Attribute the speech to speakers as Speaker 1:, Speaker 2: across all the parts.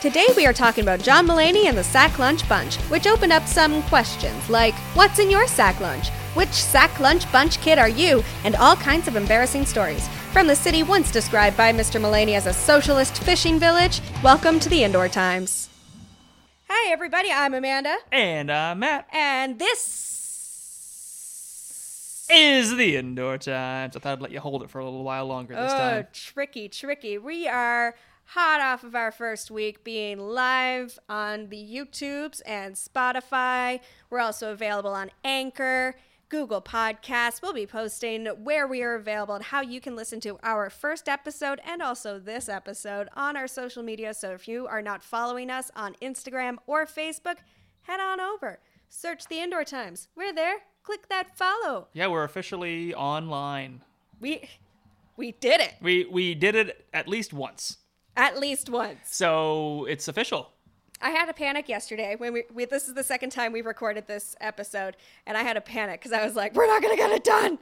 Speaker 1: Today we are talking about John Mullaney and the Sack Lunch Bunch, which opened up some questions like What's in your sack lunch? Which sack lunch bunch kid are you? And all kinds of embarrassing stories. From the city once described by Mr. Mullaney as a socialist fishing village, welcome to the Indoor Times. Hi, everybody, I'm Amanda,
Speaker 2: And uh, Matt
Speaker 1: and this.
Speaker 2: is the indoor times. I thought I'd let you hold it for a little while longer this
Speaker 1: Oh,
Speaker 2: time.
Speaker 1: tricky, tricky. We are hot off of our first week being live on the YouTubes and Spotify. We're also available on Anchor, Google Podcasts. We'll be posting where we are available and how you can listen to our first episode and also this episode on our social media. So if you are not following us on Instagram or Facebook, head on over. Search the Indoor Times. We're there. Click that follow.
Speaker 2: Yeah, we're officially online.
Speaker 1: We we did it
Speaker 2: We we did it at least once,
Speaker 1: at least once.
Speaker 2: so it's official.
Speaker 1: I had a panic yesterday when we, we this is the second time we've recorded this episode, and I had a panic because I was like, "We're not gonna get it done."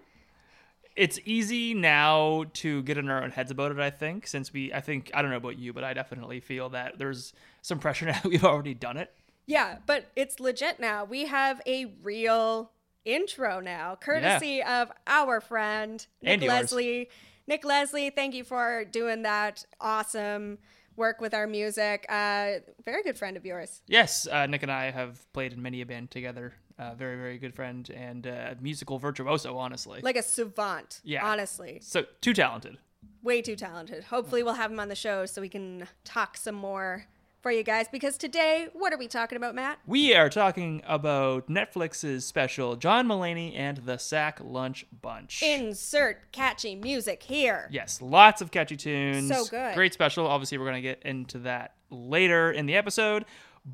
Speaker 2: It's easy now to get in our own heads about it. I think since we, I think I don't know about you, but I definitely feel that there's some pressure now. that We've already done it.
Speaker 1: Yeah, but it's legit now. We have a real intro now, courtesy of our friend Nick
Speaker 2: And yours.
Speaker 1: Leslie. Nick Leslie, thank you for doing that awesome work with our music. Uh, very good friend of yours.
Speaker 2: Yes, uh, Nick and I have played in many a band together. Uh, very very good friend and uh, musical virtuoso. Honestly,
Speaker 1: Like a savant,
Speaker 2: Yeah.
Speaker 1: honestly.
Speaker 2: so too talented.
Speaker 1: way too talented. Hopefully, we'll have him on the show so we can talk some more for you guys. Because today, what are we talking about, Matt?
Speaker 2: We are talking about Netflix's special John Mulaney and the Sack Lunch Bunch.
Speaker 1: Insert catchy music here.
Speaker 2: yes, lots of catchy tunes.
Speaker 1: So good.
Speaker 2: Great special. Obviously, we're going to get into that later in the episode.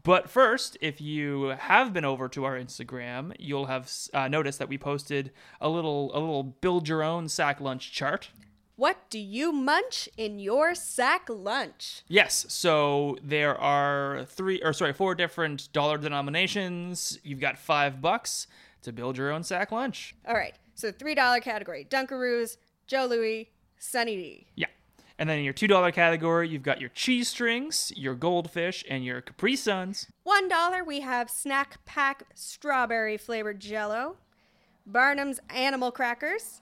Speaker 2: But first, if you have been over to our Instagram, you'll have uh, noticed that we posted a little a little build your own sack lunch chart.
Speaker 1: What do you munch in your sack lunch?
Speaker 2: Yes. So there are three, or sorry, four different dollar denominations. You've got five bucks to build your own sack lunch.
Speaker 1: All right, so three dollar category: Dunkaroos, Joe Louis, Sunny D.
Speaker 2: Yeah. And then in your $2 category, you've got your cheese strings, your goldfish, and your Capri Suns.
Speaker 1: One dollar we have snack pack strawberry flavored Jello, Barnum's animal crackers,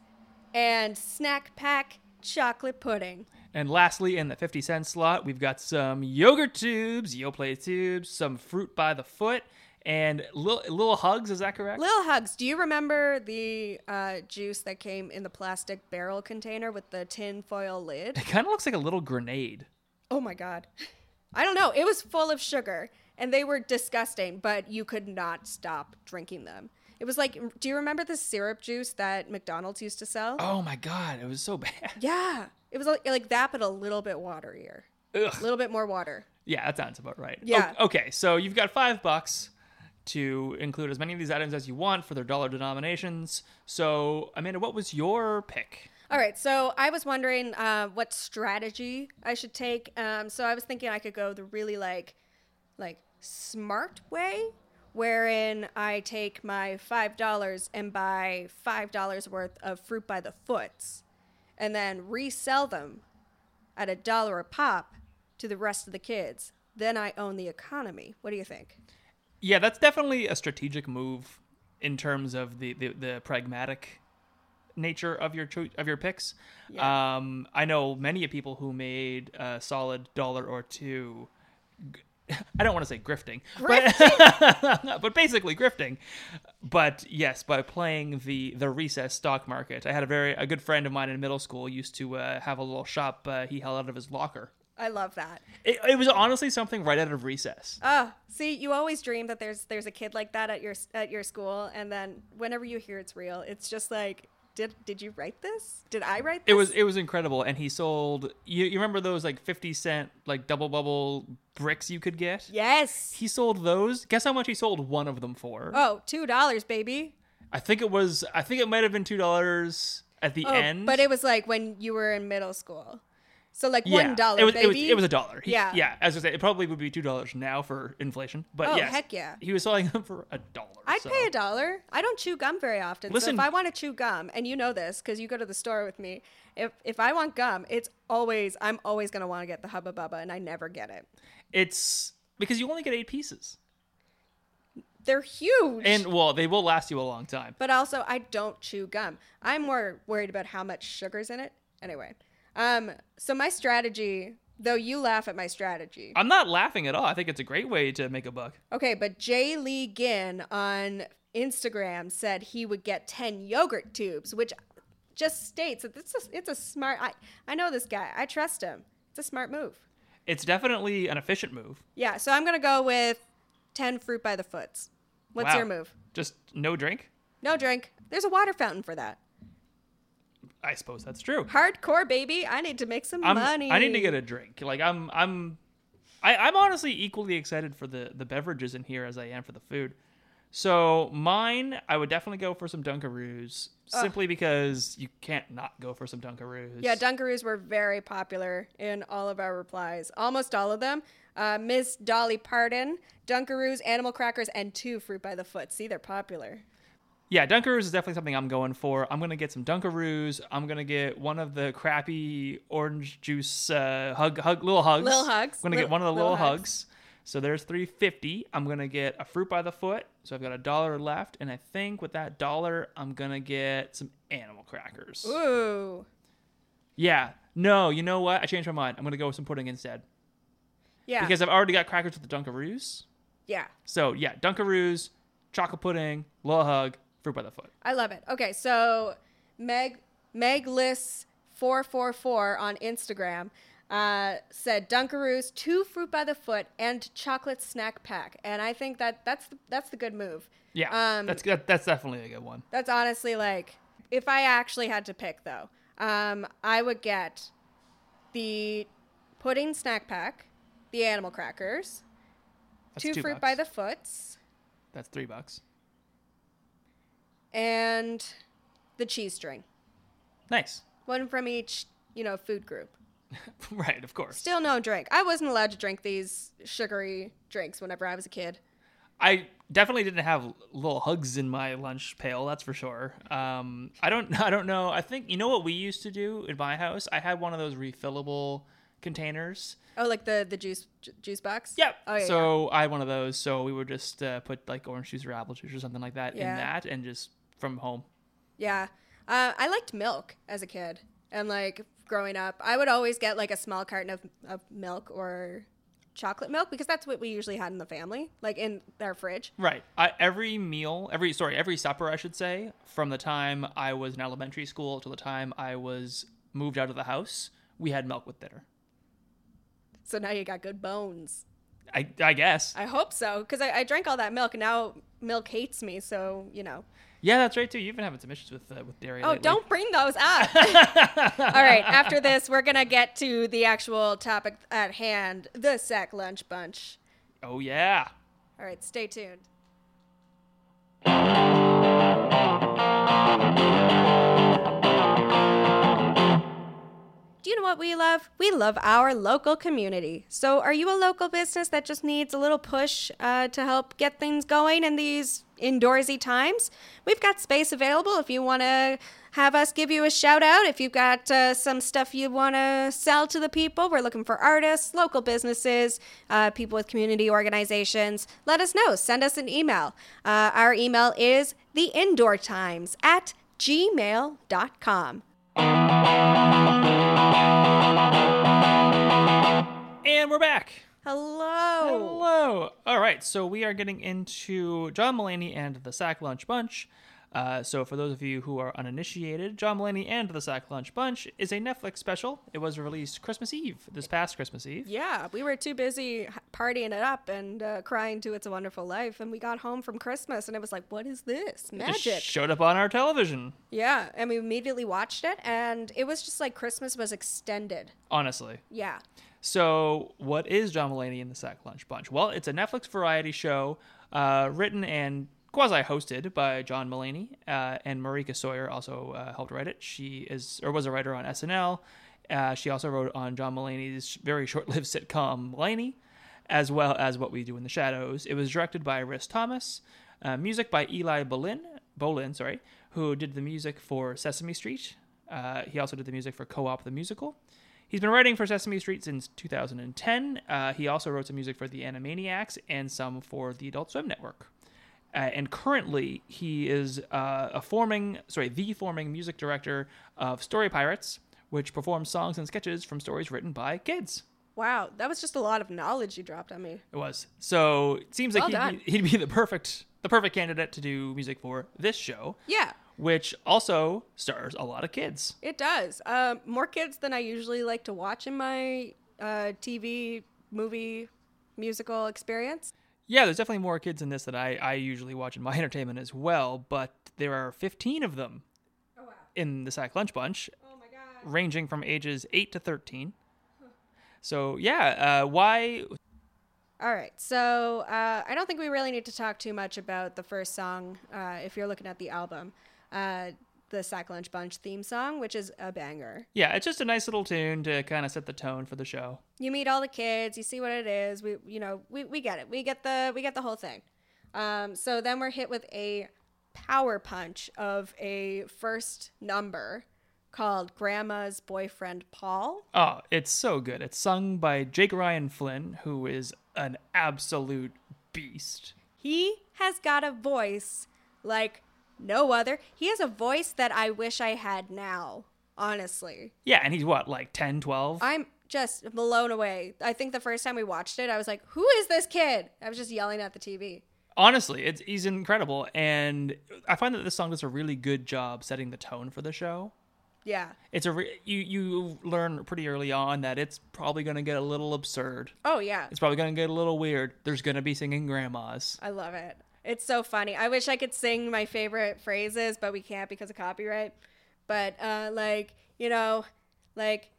Speaker 1: and snack pack chocolate pudding.
Speaker 2: And lastly, in the 50 cent slot, we've got some yogurt tubes, Yoplait tubes, some fruit by the foot, and little, little hugs. Is that correct?
Speaker 1: Little Hugs, do you remember the uh, juice that came in the plastic barrel container with the tin foil lid?
Speaker 2: It kind of looks like a little grenade.
Speaker 1: Oh my god. I don't know. It was full of sugar and they were disgusting, but you could not stop drinking them. It was like, do you remember the syrup juice that McDonald's used to sell?
Speaker 2: Oh my God, it was so bad.
Speaker 1: Yeah. It was like, like that, but a little bit waterier.
Speaker 2: Ugh.
Speaker 1: A little bit more water.
Speaker 2: Yeah, that sounds about right. O-
Speaker 1: Yeah.
Speaker 2: okay, so you've got five bucks to include as many of these items as you want for their dollar denominations. So, Amanda, what was your pick?
Speaker 1: All right, so I was wondering uh, what strategy I should take. Um, so I was thinking I could go the really like, like smart way, wherein I take my five dollars and buy five dollars worth of fruit by the foots, and then resell them at a dollar a pop to the rest of the kids. Then I own the economy. What do you think?
Speaker 2: Yeah, that's definitely a strategic move in terms of the the, the pragmatic nature of your cho- of your picks. Um, I know many people who made a solid dollar or two. g- I don't want to say grifting, But, but basically grifting. But yes, by playing the the recess stock market, I had a very a good friend of mine in middle school used to uh, have a little shop uh, he held out of his locker.
Speaker 1: I love that.
Speaker 2: It, it was honestly something right out of recess.
Speaker 1: Oh, see, you always dream that there's there's a kid like that at your at your school, and then whenever you hear it's real, it's just like, did did you write this? Did I write this?
Speaker 2: It was it was incredible, and he sold. You, you remember those like fifty cent like double bubble bricks you could get?
Speaker 1: yes.
Speaker 2: He sold those. Guess how much he sold one of them for?
Speaker 1: Oh, two dollars, baby.
Speaker 2: I think it was. I think it might have been two dollars at the
Speaker 1: Oh,
Speaker 2: end.
Speaker 1: but it was like when you were in middle school, so like
Speaker 2: Yeah.
Speaker 1: one dollar,
Speaker 2: It was,
Speaker 1: baby.
Speaker 2: it was it was a dollar. He-
Speaker 1: Yeah.
Speaker 2: yeah. As I say, it probably would be two dollars now for inflation. But
Speaker 1: Oh,
Speaker 2: yes,
Speaker 1: heck yeah.
Speaker 2: he was selling them for a dollar.
Speaker 1: I'd
Speaker 2: so.
Speaker 1: pay a dollar. I don't chew gum very often. so
Speaker 2: Listen-
Speaker 1: if I want to chew gum, and you know this because you go to the store with me, if if I want gum, it's always I'm always gonna want to get the Hubba Bubba, and I never get it.
Speaker 2: It's because you only get eight pieces,
Speaker 1: They're huge.
Speaker 2: and well, they will last you a long time.
Speaker 1: But also, I don't chew gum. I'm more worried about how much sugar's in it. Anyway, um, so my strategy, though you laugh at my strategy.
Speaker 2: I'm not laughing at all. I think it's a great way to make a buck.
Speaker 1: Okay, but Jay Lee Ginn on Instagram said he would get 10 yogurt tubes, which just states that this is, it's a smart. I, I know this guy, I trust him. It's a smart move.
Speaker 2: It's definitely an efficient move.
Speaker 1: Yeah, so I'm going to go with 10 fruit by the foots. What's
Speaker 2: Wow.
Speaker 1: your move?
Speaker 2: Just no drink.
Speaker 1: No drink. There's a water fountain for that.
Speaker 2: I suppose that's true.
Speaker 1: Hardcore, baby. I need to make some
Speaker 2: I'm,
Speaker 1: money.
Speaker 2: I need to get a drink. Like I'm, I'm, I, I'm honestly equally excited for the the beverages in here as I am for the food. So mine, I would definitely go for some Dunkaroos, simply because you can't not go for some Dunkaroos.
Speaker 1: Yeah, Dunkaroos were very popular in all of our replies. Almost all of them. Uh, Miss Dolly Parton, Dunkaroos, Animal Crackers, and two Fruit by the Foot. See, they're popular.
Speaker 2: yeah, Dunkaroos is definitely something I'm going for. I'm gonna get some Dunkaroos. I'm gonna get one of the crappy orange juice uh, hug, hug, little hugs.
Speaker 1: Little hugs.
Speaker 2: I'm gonna
Speaker 1: Little-
Speaker 2: get one of the
Speaker 1: little
Speaker 2: little,
Speaker 1: hugs.
Speaker 2: hugs. So there's 350. I'm gonna get a fruit by the foot. So I've got a dollar left, and I think with that dollar, I'm gonna get some animal crackers.
Speaker 1: Ooh.
Speaker 2: Yeah. No, you know what? I changed my mind. I'm gonna go with some pudding instead
Speaker 1: Yeah.
Speaker 2: because I've already got crackers with the Dunkaroos.
Speaker 1: yeah.
Speaker 2: So yeah, Dunkaroos, chocolate pudding, little hug, fruit by the foot.
Speaker 1: I love it. Okay, so Meg Meg lists four four four on Instagram. Uh, said Dunkaroos, two fruit by the foot, and chocolate snack pack, and I think that that's the, that's the good move.
Speaker 2: Yeah,
Speaker 1: Um,
Speaker 2: that's good. That's definitely a good one.
Speaker 1: That's honestly like if I actually had to pick though, um, I would get the pudding snack pack, the animal crackers,
Speaker 2: That's
Speaker 1: two, fruit by the foots,
Speaker 2: That's three bucks.
Speaker 1: and the cheese string.
Speaker 2: Nice.
Speaker 1: One from each, you know, food group.
Speaker 2: right, of course.
Speaker 1: Still no drink. I wasn't allowed to drink these sugary drinks whenever I was a kid.
Speaker 2: I definitely didn't have little hugs in my lunch pail. That's for sure. Um, I don't. I don't know. I think you know what we used to do in my house. I had one of those refillable containers.
Speaker 1: Oh, like the the juice ju- juice box.
Speaker 2: Yep.
Speaker 1: Oh yeah. yeah.
Speaker 2: so I had one of those. So we would just uh, put like orange juice or apple juice or something like that
Speaker 1: Yeah.
Speaker 2: in that, and just from home.
Speaker 1: Yeah. Uh, I liked milk as a kid and like growing up. I would always get like a small carton of, of milk or chocolate milk because that's what we usually had in the family, like in our fridge.
Speaker 2: Right. I, every meal, every sorry, every supper, I should say, from the time I was in elementary school to the time I was moved out of the house, we had milk with dinner.
Speaker 1: So now you got good bones.
Speaker 2: I, I guess.
Speaker 1: I hope so because I, I drank all that milk and now milk hates me. So, you know.
Speaker 2: Yeah, that's right too. You've been having some issues with uh, with dairy.
Speaker 1: Oh,
Speaker 2: lately.
Speaker 1: don't bring those up. all right. After this, we're going to get to the actual topic at hand the sack lunch bunch.
Speaker 2: Oh yeah.
Speaker 1: All right. Stay tuned. Do you know what we love? We love our local community. So, are you a local business that just needs a little push uh, to help get things going in these indoorsy times? We've got space available if you want to have us give you a shout out. If you've got uh, some stuff you want to sell to the people, we're looking for artists, local businesses, uh, people with community organizations. Let us know. Send us an email. Uh, our email is theindoortimes at gmail.com.
Speaker 2: And we're back.
Speaker 1: Hello.
Speaker 2: Hello. All right. So we are getting into John Mulaney and the Sack Lunch Bunch. Uh, so for those of you who are uninitiated, John Mulaney and the Sack Lunch Bunch is a Netflix special. It was released Christmas Eve, this past Christmas Eve.
Speaker 1: Yeah, we were too busy h- partying it up and uh, crying to "It's a Wonderful Life," and we got home from Christmas, and it was like, "What is this
Speaker 2: Just
Speaker 1: magic?"
Speaker 2: showed up on our television.
Speaker 1: yeah, and we immediately watched it, and it was just like Christmas was extended.
Speaker 2: Honestly.
Speaker 1: Yeah,
Speaker 2: So, what is John Mulaney and the Sack Lunch Bunch? Well, it's a Netflix variety show uh, written and quasi hosted by John Mulaney, uh, and Marika Sawyer also uh, helped write it. She is or was a writer on SNL. Uh, she also wrote on John Mulaney's very short lived sitcom, Mulaney, as well as What We Do in the Shadows. It was directed by Rhys Thomas, uh, music by Eli Bolin, Bolin, sorry, who did the music for Sesame Street, Uh, he also did the music for Co op the Musical. He's been writing for Sesame Street since 2010. Uh, he also wrote some music for the Animaniacs and some for the Adult Swim Network. Uh, and currently, he is uh, a forming, sorry, the forming music director of Story Pirates, which performs songs and sketches from stories written by kids.
Speaker 1: Wow, that was just a lot of knowledge you dropped on me.
Speaker 2: It was so. It seems like
Speaker 1: Well
Speaker 2: he'd, be, he'd be the perfect, the perfect candidate to do music for this show,
Speaker 1: Yeah,
Speaker 2: which also stars a lot of kids.
Speaker 1: it does. Um, more kids than I usually like to watch in my uh, TV, movie, musical experience.
Speaker 2: Yeah, there's definitely more kids in this than I, I usually watch in my entertainment as well, but there are 15 of them
Speaker 1: Oh, wow.
Speaker 2: in the Sack Lunch Bunch,
Speaker 1: Oh, my God.
Speaker 2: ranging from ages 8 to 13. So, yeah, uh, why?
Speaker 1: All right, so uh, I don't think we really need to talk too much about the first song uh, if you're looking at the album, uh, the Sack Lunch Bunch theme song, which is a banger.
Speaker 2: Yeah, it's just a nice little tune to kind of set the tone for the show.
Speaker 1: You meet all the kids, you see what it is. We, you know, we, we get it. We get the we get the whole thing. Um, so then we're hit with a power punch of a first number called Grandma's Boyfriend Paul.
Speaker 2: Oh, it's so good. It's sung by Jake Ryan Flynn, who is an absolute beast.
Speaker 1: He has got a voice like no other. He has a voice that I wish I had now, honestly.
Speaker 2: Yeah, and he's what, like 10, 12?
Speaker 1: I'm just blown away. I think the first time we watched it, I was like, who is this kid? I was just yelling at the TV.
Speaker 2: honestly it's he's incredible and i find that this song does a really good job setting the tone for the show
Speaker 1: Yeah.
Speaker 2: it's a re- you you learn pretty early on that it's probably going to get a little absurd
Speaker 1: Oh, yeah.
Speaker 2: it's probably going to get a little weird there's going to be singing grandmas
Speaker 1: I love it. It's so funny. I wish I could sing my favorite phrases, but we can't because of copyright. But uh, like, you know, like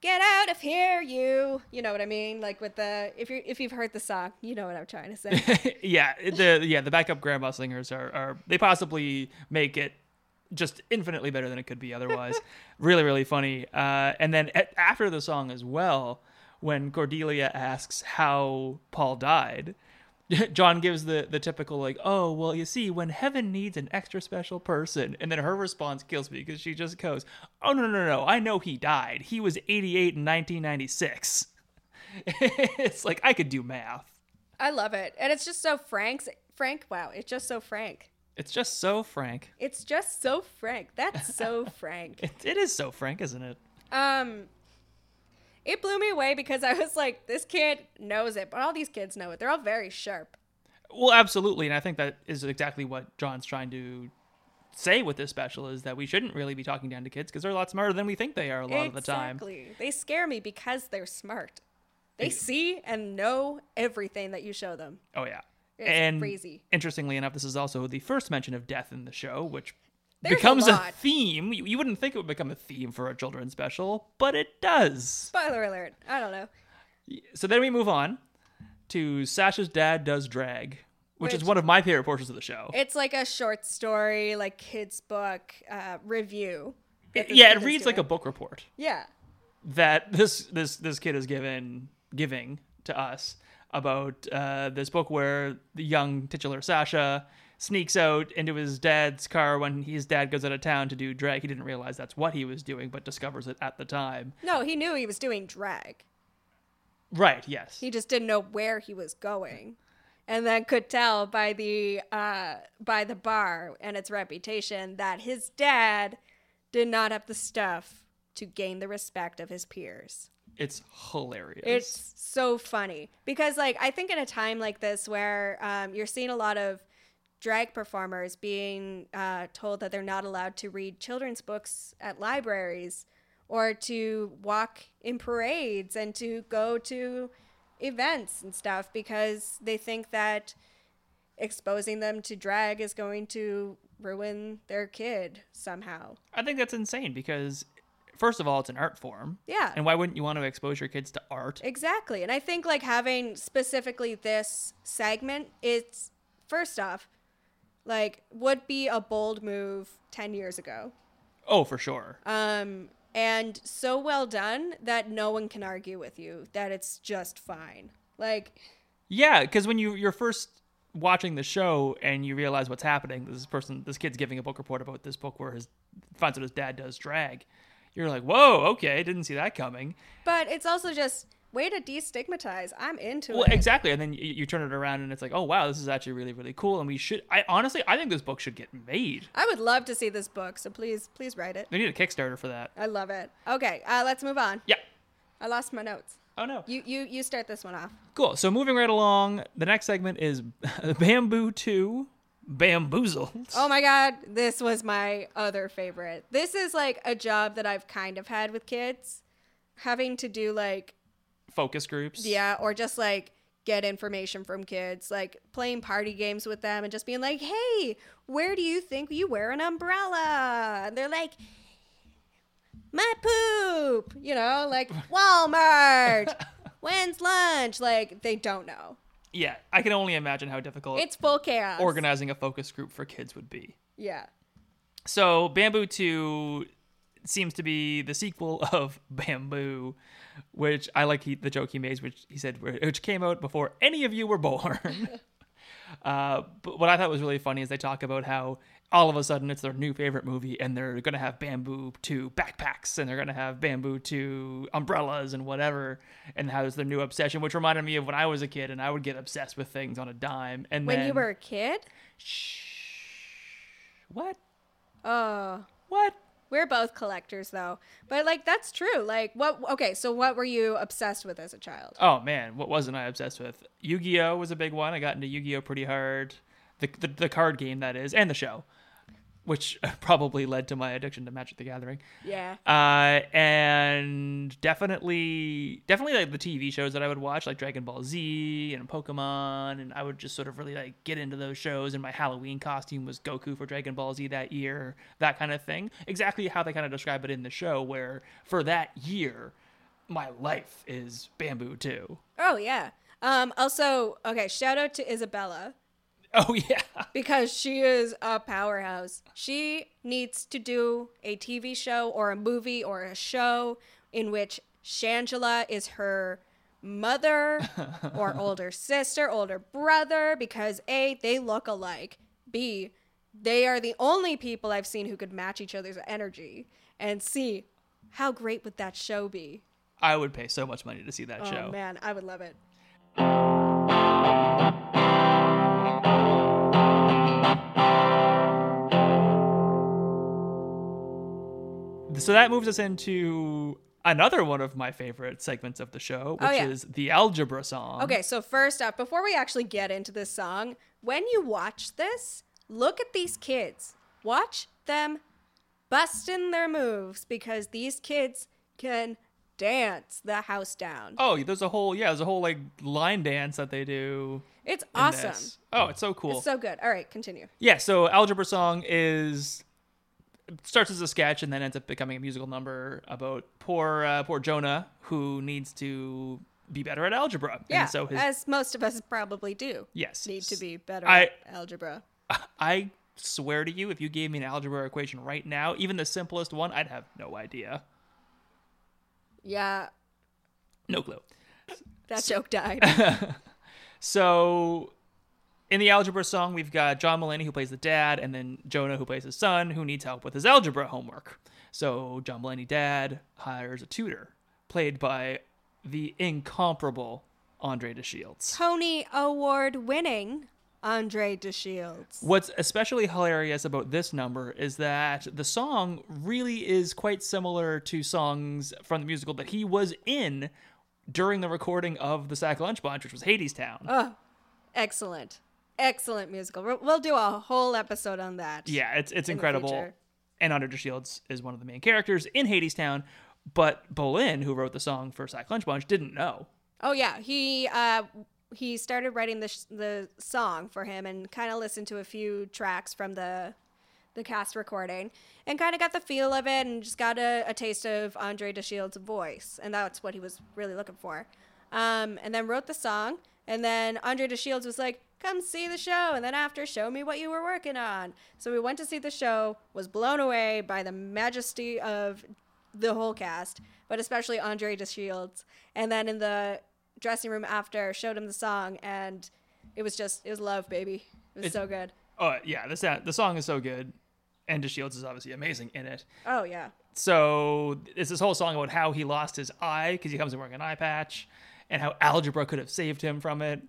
Speaker 1: get out of here you you know what i mean like with the if you if you've heard the song you know what i'm trying to say
Speaker 2: yeah the yeah the backup grandma singers are, are they possibly make it just infinitely better than it could be otherwise really really funny uh, and then a after the song as well when cordelia asks how paul died john gives the the typical like oh well you see when heaven needs an extra special person and then her response kills me because she just goes oh no no no no i know he died he was 88 in 1996 it's like i could do math
Speaker 1: I love it. And it's just so Frank's Frank. Wow, it's just so Frank.
Speaker 2: It's just so frank.
Speaker 1: It's just so Frank. That's so Frank.
Speaker 2: It, it is so frank, isn't it?
Speaker 1: Um it blew me away because I was like this kid knows it, but all these kids know it. They're all very sharp.
Speaker 2: Well, absolutely, and I think that is exactly what John's trying to say with this special is that we shouldn't really be talking down to kids because they're a lot smarter than we think they are a lot of the time.
Speaker 1: Exactly. They scare me because they're smart. They see and know everything that you show them.
Speaker 2: Oh yeah,
Speaker 1: It's
Speaker 2: and
Speaker 1: crazy.
Speaker 2: interestingly enough, this is also the first mention of death in the show, which
Speaker 1: There's a
Speaker 2: becomes a,
Speaker 1: lot.
Speaker 2: theme. You, you wouldn't think it would become a theme for a children's special, but it does.
Speaker 1: Spoiler alert. I don't know.
Speaker 2: So then we move on to Sasha's dad does drag, which, is
Speaker 1: Which-
Speaker 2: one of my favorite portions of the show.
Speaker 1: It's like a short story, like kids book uh, review. that this
Speaker 2: yeah,
Speaker 1: kid
Speaker 2: it
Speaker 1: is
Speaker 2: reads like a
Speaker 1: doing.
Speaker 2: book report.
Speaker 1: yeah.
Speaker 2: that this this this kid is given giving to us about uh, this book where the young titular Sasha sneaks out into his dad's car when his dad goes out of town to do drag. He didn't realize that's what he was doing, but discovers it at the time.
Speaker 1: No, he knew he was doing drag.
Speaker 2: Right? Yes.
Speaker 1: He just didn't know where he was going, and then could tell by the uh, by the bar and its reputation that his dad did not have the stuff to gain the respect of his peers.
Speaker 2: It's hilarious.
Speaker 1: It's so funny because, like, I think in a time like this where um, you're seeing a lot of drag performers being uh, told that they're not allowed to read children's books at libraries or to walk in parades and to go to events and stuff because they think that exposing them to drag is going to ruin their kid somehow.
Speaker 2: I think that's insane because first of all, it's an art form.
Speaker 1: Yeah.
Speaker 2: And why wouldn't you want to expose your kids to art?
Speaker 1: Exactly. And I think like having specifically this segment, it's first off, like would be a bold move 10 years ago.
Speaker 2: Oh, for sure.
Speaker 1: Um and so well done that no one can argue with you that it's just fine. Like
Speaker 2: Yeah, because when you your first watching the show and you realize what's happening. This person, this kid's giving a book report about this book where his finds out his dad does drag. You're like, whoa, okay, didn't see that coming.
Speaker 1: But it's also just way to destigmatize. I'm into
Speaker 2: Well,
Speaker 1: it.
Speaker 2: exactly. And then you, you turn it around and it's like, oh wow, this is actually really really cool. And we should, I honestly, I think this book should get made.
Speaker 1: I would love to see this book, so please, please write it.
Speaker 2: They need a Kickstarter for that.
Speaker 1: I love it. Okay, uh, let's move on.
Speaker 2: Yeah.
Speaker 1: I lost my notes.
Speaker 2: Oh no.
Speaker 1: You, you, you start this one off.
Speaker 2: Cool. So moving right along, the next segment is Bamboo Two, Bamboozled.
Speaker 1: Oh my god, this was my other favorite. This is like a job that I've kind of had with kids, having to do like
Speaker 2: Focus groups.
Speaker 1: yeah, or just like get information from kids, like playing party games with them and just being like, "Hey, where do you think you wear an umbrella?" And they're like, "My poop," you know, like Walmart. When's lunch? Like they don't know.
Speaker 2: Yeah. I can only imagine how difficult
Speaker 1: It's full chaos.
Speaker 2: organizing a focus group for kids would be.
Speaker 1: Yeah.
Speaker 2: So Bamboo 2 seems to be the sequel of Bamboo, which I like he, the joke he made, which he said which came out before any of you were born. uh, but what I thought was really funny is they talk about how all of a sudden it's their new favorite movie and they're gonna have Bamboo 2 backpacks and they're gonna have Bamboo 2 umbrellas and whatever, and how it's their new obsession, which reminded me of when I was a kid and I would get obsessed with things on a dime. And
Speaker 1: When
Speaker 2: then,
Speaker 1: you were a kid?
Speaker 2: what
Speaker 1: Oh.
Speaker 2: what
Speaker 1: We're both collectors though. But like that's true. Like what okay, so what were you obsessed with as a child?
Speaker 2: Oh man, what wasn't I obsessed with? Yu-Gi-Oh was a big one. I got into Yu-Gi-Oh pretty hard, the the, the card game that is, and the show, which probably led to my addiction to Magic the Gathering.
Speaker 1: Yeah.
Speaker 2: Uh, and definitely, definitely like the TV shows that I would watch, like Dragon Ball Z and Pokemon, and I would just sort of really like get into those shows. And my Halloween costume was Goku for Dragon Ball Z that year, that kind of thing. Exactly how they kind of describe it in the show, where for that year, my life is bamboo too.
Speaker 1: Oh yeah. Um also, okay, shout out to Isabella
Speaker 2: Oh yeah,
Speaker 1: because she is a powerhouse. She needs to do a TV show or a movie or a show in which Shangela is her mother or older sister, older brother because A, they look alike. B, they are the only people I've seen who could match each other's energy. And C, how great would that show be?
Speaker 2: I would pay so much money to see that show.
Speaker 1: Oh man, I would love it.
Speaker 2: So that moves us into another one of my favorite segments of the show, which
Speaker 1: Oh, yeah.
Speaker 2: is the algebra song.
Speaker 1: Okay, so first up, before we actually get into this song, when you watch this, look at these kids. Watch them busting their moves because these kids can dance the house down.
Speaker 2: Oh, there's a whole yeah, there's a whole like line dance that they do.
Speaker 1: it's
Speaker 2: in
Speaker 1: awesome.
Speaker 2: this. Oh, it's so cool.
Speaker 1: It's so good. All right, continue.
Speaker 2: yeah, so algebra song is starts as a sketch and then ends up becoming a musical number about poor uh, poor Jonah who needs to be better at algebra.
Speaker 1: Yeah,
Speaker 2: And so his
Speaker 1: as most of us probably do.
Speaker 2: yes
Speaker 1: Need to be better
Speaker 2: I-
Speaker 1: at algebra.
Speaker 2: I swear to you, if you gave me an algebra equation right now, even the simplest one, I'd have no idea.
Speaker 1: Yeah,
Speaker 2: No clue.
Speaker 1: that joke died.
Speaker 2: So in the algebra song, we've got John Mulaney who plays the dad, and then Jonah who plays his son, who needs help with his algebra homework. So John Mulaney dad hires a tutor, played by the incomparable Andre DeShields.
Speaker 1: Tony Award winning Andre DeShields.
Speaker 2: What's especially hilarious about this number is that the song really is quite similar to songs from the musical that he was in during the recording of the Sack Lunch Bunch, which was Hades Town.
Speaker 1: Excellent. Excellent musical. We'll- We'll do a whole episode on that.
Speaker 2: yeah, it's it's
Speaker 1: in the
Speaker 2: incredible.
Speaker 1: future.
Speaker 2: And Under Shields is one of the main characters in Hades Town, but Bolin, who wrote the song for Sack Lunch Bunch, didn't know.
Speaker 1: Oh yeah, he uh he started writing the sh- the song for him and kind of listened to a few tracks from the the cast recording and kind of got the feel of it and just got a, a taste of Andre DeShields' voice and that's what he was really looking for. Um, and then wrote the song and then Andre DeShields was like, "Come see the show," and then after, show me what you were working on. So we went to see the show, was blown away by the majesty of the whole cast, but especially Andre DeShields. And then in the dressing room after, showed him the song and It was just it was love, baby. It was
Speaker 2: It-
Speaker 1: so good.
Speaker 2: Oh yeah, this the song is so good. and De Shields is obviously amazing in it.
Speaker 1: Oh yeah.
Speaker 2: So it's this whole song about how he lost his eye because he comes in wearing an eye patch, and how algebra could have saved him from it.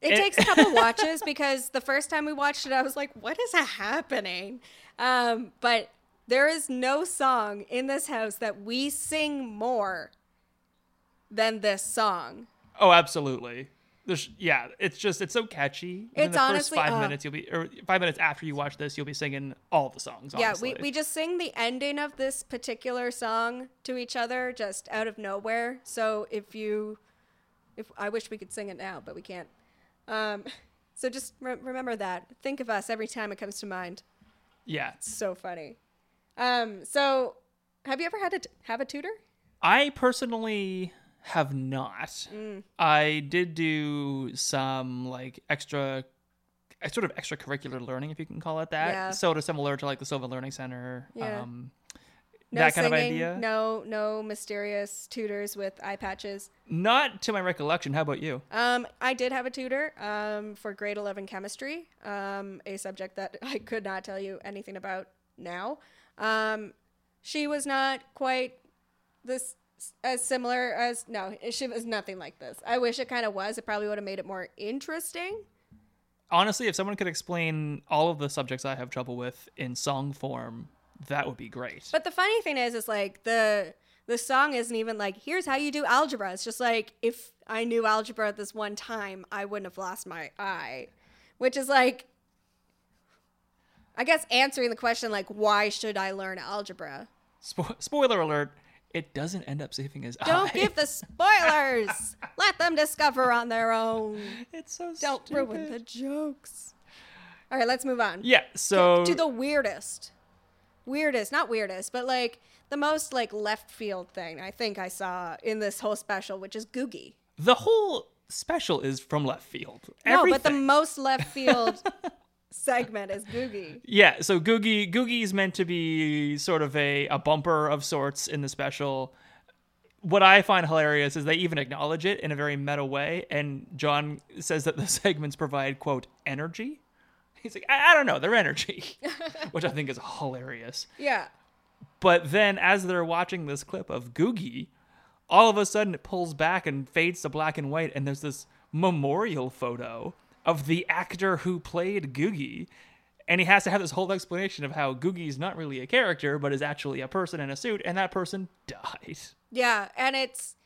Speaker 1: It,
Speaker 2: It-
Speaker 1: takes a couple watches because the first time we watched it, I was like, what is happening? Um, but there is no song in this house that we sing more than this song.
Speaker 2: Oh, absolutely. There's, yeah, it's just it's so catchy. In
Speaker 1: It's
Speaker 2: the
Speaker 1: honestly-
Speaker 2: first five
Speaker 1: uh,
Speaker 2: minutes you'll be, or five minutes after you watch this, you'll be singing all the songs. Honestly.
Speaker 1: Yeah, we, we just sing the ending of this particular song to each other just out of nowhere. So if you, if I wish we could sing it now, but we can't. Um, so just re- remember that. Think of us every time it comes to mind.
Speaker 2: yeah.
Speaker 1: so funny. Um, so have you ever had to t- have a tutor?
Speaker 2: I personally have not.
Speaker 1: Mm.
Speaker 2: I did do some like extra, uh, sort of extracurricular learning, if you can call it that.
Speaker 1: Yeah.
Speaker 2: Sort of similar to like the Silva Learning Center.
Speaker 1: Yeah.
Speaker 2: Um,
Speaker 1: No
Speaker 2: that kind
Speaker 1: singing,
Speaker 2: of idea.
Speaker 1: No, no mysterious tutors with eye patches.
Speaker 2: Not to my recollection. How about you?
Speaker 1: Um, I did have a tutor um, for grade 11 chemistry, um, a subject that I could not tell you anything about now. Um, she was not quite this as similar as no she was nothing like this i wish it kind of was it probably would have made it more interesting
Speaker 2: Honestly, if someone could explain all of the subjects I have trouble with in song form, that would be great.
Speaker 1: But the funny thing is, is like the the song isn't even like here's how you do algebra. It's just like if I knew algebra at this one time, I wouldn't have lost my eye, which is like, I guess answering the question like why should I learn algebra?
Speaker 2: Spo- spoiler alert: it doesn't end up saving his
Speaker 1: Don't
Speaker 2: eye.
Speaker 1: give the spoilers. Let them discover on their own.
Speaker 2: it's so
Speaker 1: Don't
Speaker 2: stupid.
Speaker 1: ruin the jokes. All right, let's move on.
Speaker 2: Yeah. So
Speaker 1: to the weirdest weirdest not weirdest but like the most like left field thing i think i saw in this whole special which is googie
Speaker 2: the whole special is from left field.
Speaker 1: no but the
Speaker 2: Everything.
Speaker 1: most left field segment is googie
Speaker 2: yeah, so Googie Googie's meant to be sort of a, a bumper of sorts in the special. What I find hilarious is they even acknowledge it in a very meta way, and John says that the segments provide quote energy. He's like, I, I don't know, they're energy, which I think is hilarious.
Speaker 1: yeah
Speaker 2: But then as they're watching this clip of Googie, all of a sudden it pulls back and fades to black and white, and there's this memorial photo of the actor who played Googie. And he has to have this whole explanation of how Googie's not really a character, but is actually a person in a suit, and that person died.
Speaker 1: yeah and it's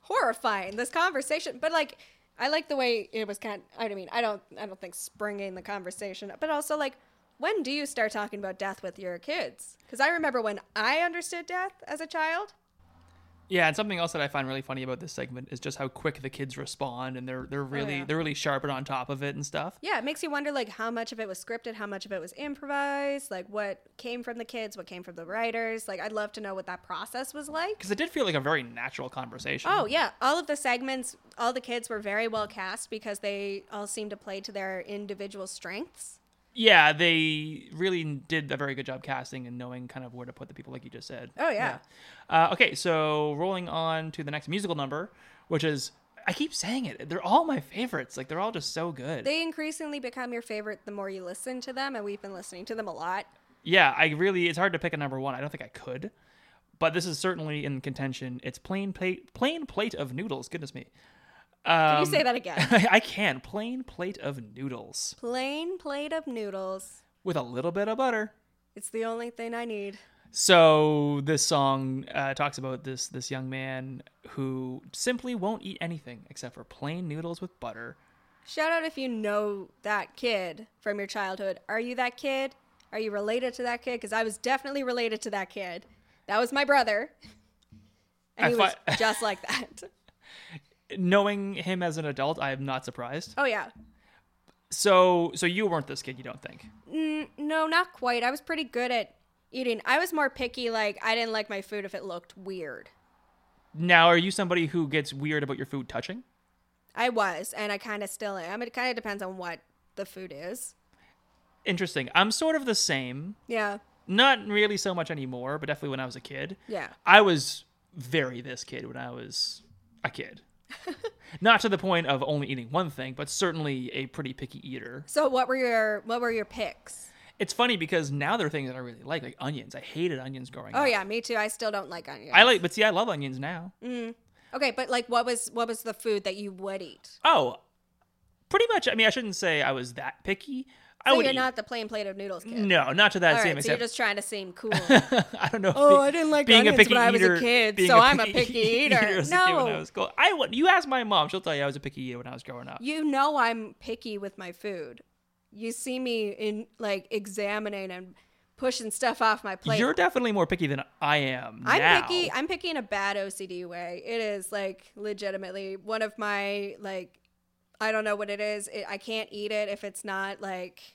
Speaker 1: horrifying this conversation but like i like the way it was kind i mean i don't i don't think springing the conversation up, but also like when do you start talking about death with your kids because i remember when i understood death as a child
Speaker 2: Yeah, and something else that I find really funny about this segment is just how quick the kids respond, and they're they're really
Speaker 1: Oh, yeah.
Speaker 2: they're really sharp and on top of it and stuff.
Speaker 1: Yeah, it makes you wonder like how much of it was scripted, how much of it was improvised, like what came from the kids, what came from the writers. Like I'd love to know what that process was like.
Speaker 2: Because it did feel like a very natural conversation.
Speaker 1: Oh yeah, all of the segments, all the kids were very well cast because they all seemed to play to their individual strengths.
Speaker 2: yeah, they really did a very good job casting and knowing kind of where to put the people, like you just said.
Speaker 1: Oh, yeah.
Speaker 2: Yeah. Uh, okay, so rolling on to the next musical number, which is I keep saying it. They're all my favorites. Like they're all just so good.
Speaker 1: They increasingly become your favorite the more you listen to them, and we've been listening to them a lot.
Speaker 2: yeah, I really it's hard to pick a number one. I don't think I could, but this is certainly in contention. It's plain plate, plain plate of noodles. Goodness me. Um,
Speaker 1: Can you say that again?
Speaker 2: I can plain plate of noodles
Speaker 1: Plain plate of noodles.
Speaker 2: with a little bit of butter.
Speaker 1: It's the only thing I need.
Speaker 2: So this song uh, talks about this this young man who simply won't eat anything except for plain noodles with butter.
Speaker 1: Shout out if you know that kid from your childhood. Are you that kid? Are you related to that kid? Because I was definitely related to that kid. That was my brother. And
Speaker 2: I
Speaker 1: he
Speaker 2: fi-
Speaker 1: was just like that.
Speaker 2: Knowing him as an adult, I am not surprised.
Speaker 1: Oh, yeah.
Speaker 2: So so you weren't this kid, you don't think?
Speaker 1: Mm, no, not quite. I was pretty good at eating. I was more picky. Like, I didn't like my food if it looked weird.
Speaker 2: Now, are you somebody who gets weird about your food touching?
Speaker 1: I was, and I kind of still am. It kind of depends on what the food is.
Speaker 2: Interesting. I'm sort of the same.
Speaker 1: Yeah.
Speaker 2: Not really so much anymore, but definitely when I was a kid.
Speaker 1: Yeah.
Speaker 2: I was very this kid when I was a kid. Not to the point of only eating one thing, but certainly a pretty picky eater.
Speaker 1: So what were your what were your picks?
Speaker 2: It's funny because now there are things that I really like, like onions. I hated onions growing
Speaker 1: Oh
Speaker 2: up.
Speaker 1: yeah, Mm. me too. I still don't like onions.
Speaker 2: I like, but see, I love onions now.
Speaker 1: Okay, but like what was what was the food that you would eat?
Speaker 2: Oh, pretty much. I mean, I shouldn't say I was that picky. I
Speaker 1: So
Speaker 2: would
Speaker 1: you're
Speaker 2: eat-
Speaker 1: not the plain plate of noodles kid.
Speaker 2: No, not to that
Speaker 1: All right,
Speaker 2: same
Speaker 1: so you're
Speaker 2: extent.
Speaker 1: just trying to seem cool.
Speaker 2: I don't know. if
Speaker 1: Oh,
Speaker 2: be-
Speaker 1: I didn't like
Speaker 2: being
Speaker 1: onions
Speaker 2: a picky
Speaker 1: when I was a
Speaker 2: eater,
Speaker 1: kid,
Speaker 2: being
Speaker 1: so
Speaker 2: a
Speaker 1: I'm a picky eater.
Speaker 2: as a kid when I
Speaker 1: No.
Speaker 2: was cool. I wa- you ask my mom, she'll tell you I was a picky eater when I was growing up.
Speaker 1: you know I'm picky with my food. You see me in like examining and pushing stuff off my plate.
Speaker 2: You're definitely more picky than I am.
Speaker 1: I'm
Speaker 2: now.
Speaker 1: picky. I'm picky in a bad OCD way. It is like legitimately one of my like I don't know what it is. It, I can't eat it if it's not like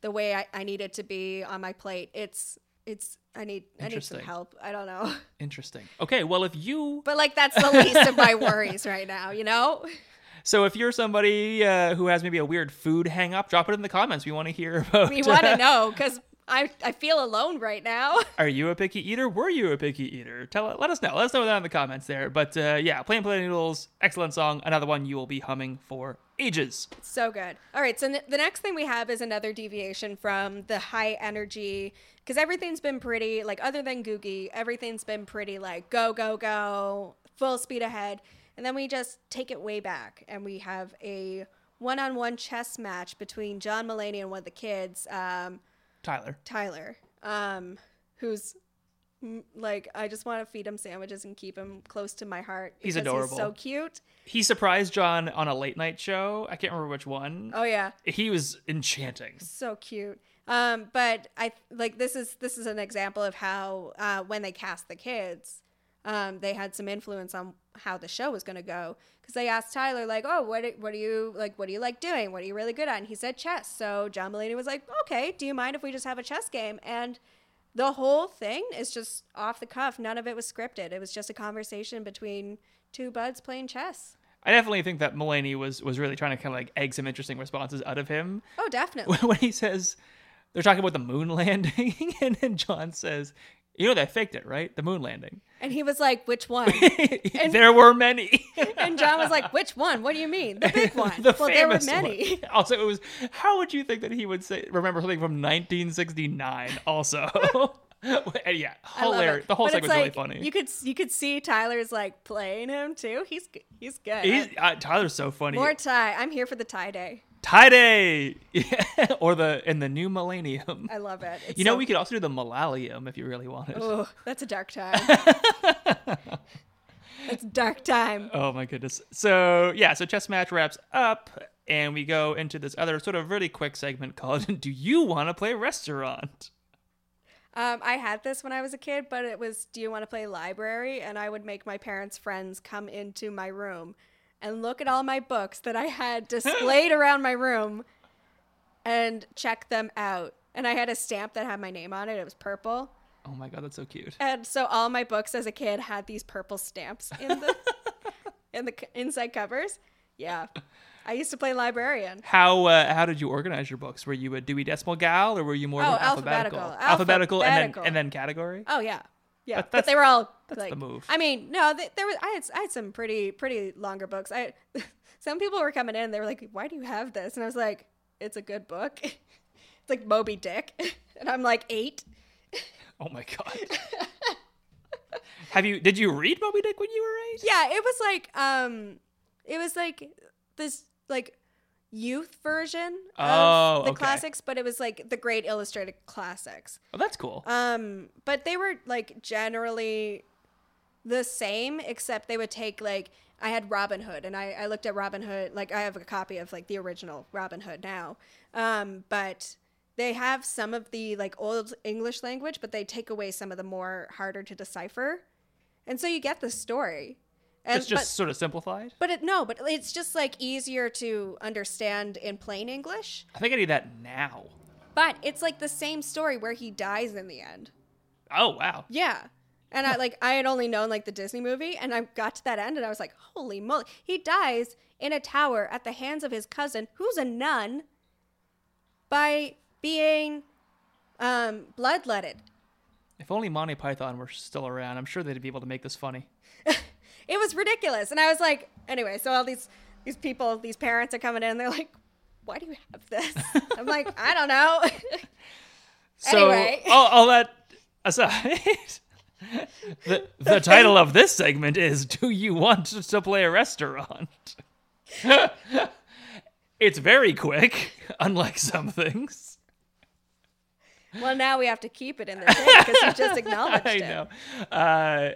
Speaker 1: the way I, I need it to be on my plate. It's it's I need I need some
Speaker 2: Interesting.
Speaker 1: help. I don't know.
Speaker 2: Interesting. Okay, well if you
Speaker 1: But like that's the least of my worries right now, you know?
Speaker 2: so if you're somebody uh, who has maybe a weird food hang up, drop it in the comments. We want to hear about.
Speaker 1: We want to know cuz I I feel alone right now.
Speaker 2: Are you a picky eater? Were you a picky eater? Tell let us know. Let us know that in the comments there. But uh, yeah, plain plain noodles, excellent song. Another one you will be humming for ages.
Speaker 1: So good. All right. So n- the next thing we have is another deviation from the high energy because everything's been pretty, like, other than Googie, everything's been pretty, like, go, go, go, full speed ahead. And then we just take it way back and we have a one on one chess match between John Mullaney and one of the kids, um,
Speaker 2: Tyler.
Speaker 1: Tyler, um, who's. mm, Like I just want to feed him sandwiches and keep him close to my heart.
Speaker 2: He's
Speaker 1: because
Speaker 2: adorable.
Speaker 1: so cute.
Speaker 2: He surprised John on a late night show. I can't remember which one.
Speaker 1: Oh yeah.
Speaker 2: He was enchanting.
Speaker 1: so cute um but i like this is this is an example of how uh when they cast the kids um they had some influence on how the show was going to go because they asked tyler like oh what do- what do you like what do you like doing what are you really good at and he said chess so john mulaney was like okay do you mind if we just have a chess game and the whole thing is just off the cuff none of it was scripted it was just a conversation between two buds playing chess
Speaker 2: I definitely think that Mulaney was was really trying to kind of like egg some interesting responses out of him
Speaker 1: oh definitely
Speaker 2: when he says they're talking about the moon landing, and then John says, "You know they faked it, right? The moon landing.
Speaker 1: and he was like which one
Speaker 2: there were many."
Speaker 1: And John was like, "Which one? What do you mean? The big one?
Speaker 2: the
Speaker 1: well, there were
Speaker 2: famous
Speaker 1: many.
Speaker 2: one. Also, it was how would you think that he would say remember something from 1969? Also, and yeah,
Speaker 1: I love
Speaker 2: hilarious.
Speaker 1: it.
Speaker 2: The whole
Speaker 1: But
Speaker 2: thing
Speaker 1: it's
Speaker 2: was really
Speaker 1: like,
Speaker 2: funny.
Speaker 1: You could you could see Tyler's like playing him too. He's g- he's good.
Speaker 2: He's, uh, Tyler's so funny.
Speaker 1: More tie. I'm here for the tie day.
Speaker 2: Tie day, or the in the new millennium.
Speaker 1: I love it. It's
Speaker 2: You know,
Speaker 1: so-
Speaker 2: we could also do the millennium if you really wanted. Oh,
Speaker 1: Ooh, that's a dark time. that's dark time.
Speaker 2: Oh my goodness. So yeah, so chess match wraps up, and we go into this other sort of really quick segment called "Do you want to play restaurant?"
Speaker 1: Um, I had this when I was a kid, but it was, "Do you want to play library?" And I would make my parents' friends come into my room and look at all my books that I had displayed around my room. and check them out. And I had a stamp that had my name on it. It was purple.
Speaker 2: Oh my god, that's so cute.
Speaker 1: And so all my books as a kid had these purple stamps in the in the c- inside covers. Yeah. I used to play librarian.
Speaker 2: How uh, how did you organize your books? Were you a Dewey Decimal gal, or were you more of
Speaker 1: Oh,
Speaker 2: an alphabetical,
Speaker 1: alphabetical.
Speaker 2: and
Speaker 1: Alphabetical.
Speaker 2: then and then category?
Speaker 1: Oh yeah. Yeah.
Speaker 2: That-
Speaker 1: but
Speaker 2: that's-
Speaker 1: they were all
Speaker 2: that's
Speaker 1: like
Speaker 2: the move.
Speaker 1: I mean, no, they, there was I had I had some pretty pretty longer books. I some people were coming in, they were like, "Why do you have this?" And I was like, "It's a good book." it's like Moby Dick. and I'm like 8.
Speaker 2: Oh my god. Have you did you read Moby Dick when you were eight?
Speaker 1: yeah it was like um it was like this like youth version
Speaker 2: Oh,
Speaker 1: of the
Speaker 2: okay.
Speaker 1: classics but it was like the great illustrated classics
Speaker 2: Oh, that's cool.
Speaker 1: um but they were like generally the same except they would take like i had robin hood and i, I looked at robin hood like i have a copy of like the original robin hood now um but they have some of the like old english language but they take away some of the more harder to decipher and so you get the story and
Speaker 2: it's just sort of simplified.
Speaker 1: but, but it no but it's just like easier to understand in plain english
Speaker 2: I think I need that now.
Speaker 1: but it's like the same story where he dies in the end
Speaker 2: Oh wow.
Speaker 1: yeah. And I like I had only known like the Disney movie and I got to that end and I was like, "Holy moly. He dies in a tower at the hands of his cousin who's a nun by being um bloodletted."
Speaker 2: If only Monty Python were still around, I'm sure they'd be able to make this funny.
Speaker 1: It was ridiculous. And I was like Anyway, so all these these people, these parents are coming in. They're like, "Why do you have this?" I'm like, "I don't know."
Speaker 2: So
Speaker 1: Anyway.
Speaker 2: all, all that aside, the, the title of this segment is "Do You Want to Play a Restaurant?" it's very quick, unlike some things.
Speaker 1: well, now we have to keep it in there because you just acknowledged
Speaker 2: I
Speaker 1: it.
Speaker 2: know. Uh,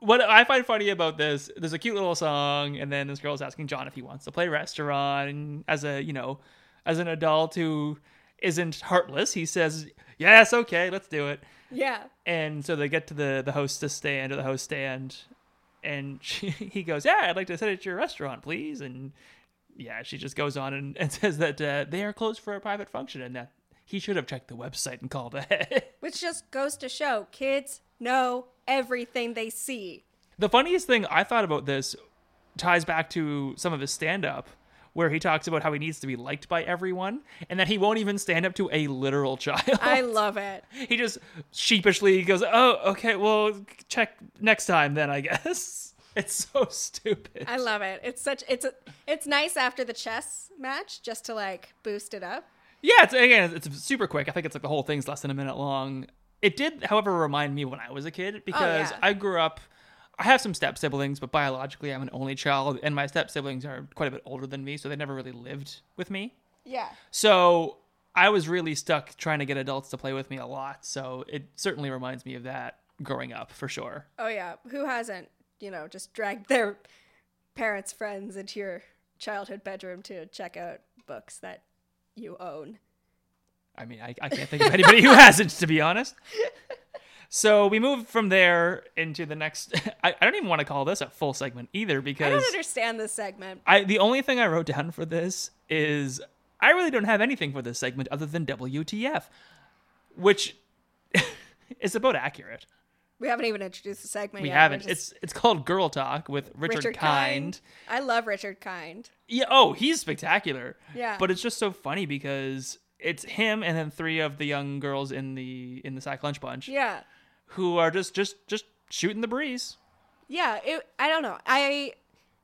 Speaker 2: what I find funny about this, there's a cute little song, and then this girl's asking John if he wants to play restaurant. And as a, you know, as an adult who isn't heartless, he says, "Yes, okay, let's do it."
Speaker 1: Yeah.
Speaker 2: And so they get to the the hostess stand or the host stand, and she, he goes, "Yeah, I'd like to sit at your restaurant, please." And yeah, she just goes on and, and says that uh, they are closed for a private function, and that he should have checked the website and called ahead.
Speaker 1: Which just goes to show kids know everything they see.
Speaker 2: The funniest thing I thought about this ties back to some of his stand up where he talks about how he needs to be liked by everyone and that he won't even stand up to a literal child.
Speaker 1: I love it.
Speaker 2: he just sheepishly goes, "Oh, okay, well, check next time then, I guess." It's so stupid.
Speaker 1: I love it. It's such it's a, it's nice after the chess match just to like boost it up.
Speaker 2: Yeah, it's again, it's super quick. I think it's like the whole thing's less than a minute long. It did, however, remind me when I was a kid because
Speaker 1: Oh, yeah.
Speaker 2: I grew up. I have some step siblings, but biologically, I'm an only child, and my step siblings are quite a bit older than me, so they never really lived with me.
Speaker 1: Yeah.
Speaker 2: So I was really stuck trying to get adults to play with me a lot. So it certainly reminds me of that growing up for sure.
Speaker 1: Oh yeah. Who hasn't, you know, just dragged their parents' friends into your childhood bedroom to check out books that you own?
Speaker 2: I mean, I, I can't think of anybody who hasn't, to be honest. So we move from there into the next. I, I don't even want to call this a full segment either
Speaker 1: I
Speaker 2: because
Speaker 1: don't understand this segment.
Speaker 2: I the only thing I wrote down for this is I really don't have anything for this segment other than WTF, which is about accurate.
Speaker 1: We haven't even introduced the segment
Speaker 2: We
Speaker 1: yet. We're
Speaker 2: haven't.
Speaker 1: just-
Speaker 2: It's it's called Girl Talk with Richard, kind.
Speaker 1: I love Richard Kind.
Speaker 2: Yeah. Oh, he's spectacular.
Speaker 1: Yeah.
Speaker 2: But it's just so funny because it's him and then three of the young girls in the in the sack lunch bunch
Speaker 1: Yeah.
Speaker 2: who are just just just shooting the breeze.
Speaker 1: Yeah, it, I don't know. I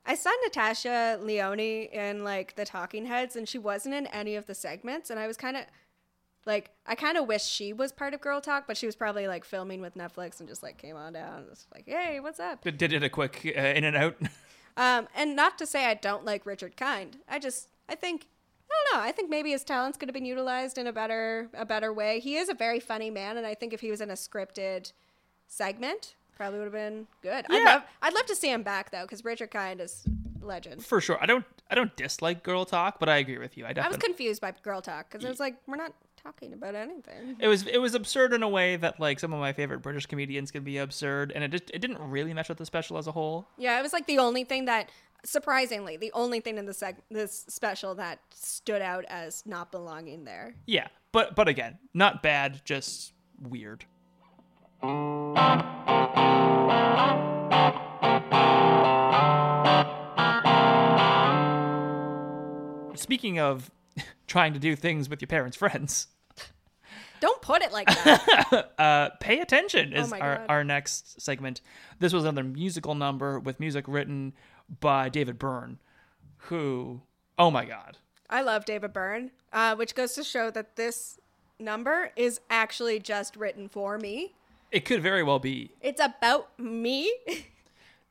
Speaker 1: I saw Natasha Leone in like the Talking Heads, and she wasn't in any of the segments, and I was kind of like, I kind of wish she was part of Girl Talk, but she was probably like filming with Netflix and just like came on down, and was like, hey, what's up?
Speaker 2: Did did it a quick uh, in and out.
Speaker 1: Um, and not to say I don't like Richard Kind. I just I think I don't know. I think maybe his talents could have been utilized in a better a better way. He is a very funny man, and I think if he was in a scripted segment, probably would have been good. I'd
Speaker 2: Yeah.
Speaker 1: love I'd love to see him back though, because Richard Kind is legend.
Speaker 2: for sure. I don't I don't dislike Girl Talk, but I agree with you. I
Speaker 1: I
Speaker 2: definitely
Speaker 1: was confused by Girl Talk because I was like, we're not talking about anything.
Speaker 2: it was it was absurd in a way that like some of my favorite British comedians can be absurd, and it just it didn't really mesh with the special as a whole.
Speaker 1: Yeah, it was like the only thing that surprisingly the only thing in the seg- this special that stood out as not belonging there.
Speaker 2: Yeah, but but again, not bad, just weird. Speaking of trying to do things with your parents' friends,
Speaker 1: Don't put it like that.
Speaker 2: uh, pay attention is
Speaker 1: Oh my
Speaker 2: our,
Speaker 1: God.
Speaker 2: our next segment. This was another musical number with music written by David Byrne, who, oh my God.
Speaker 1: I love David Byrne, uh, which goes to show that this number is actually just written for me.
Speaker 2: It could very well be.
Speaker 1: It's about me.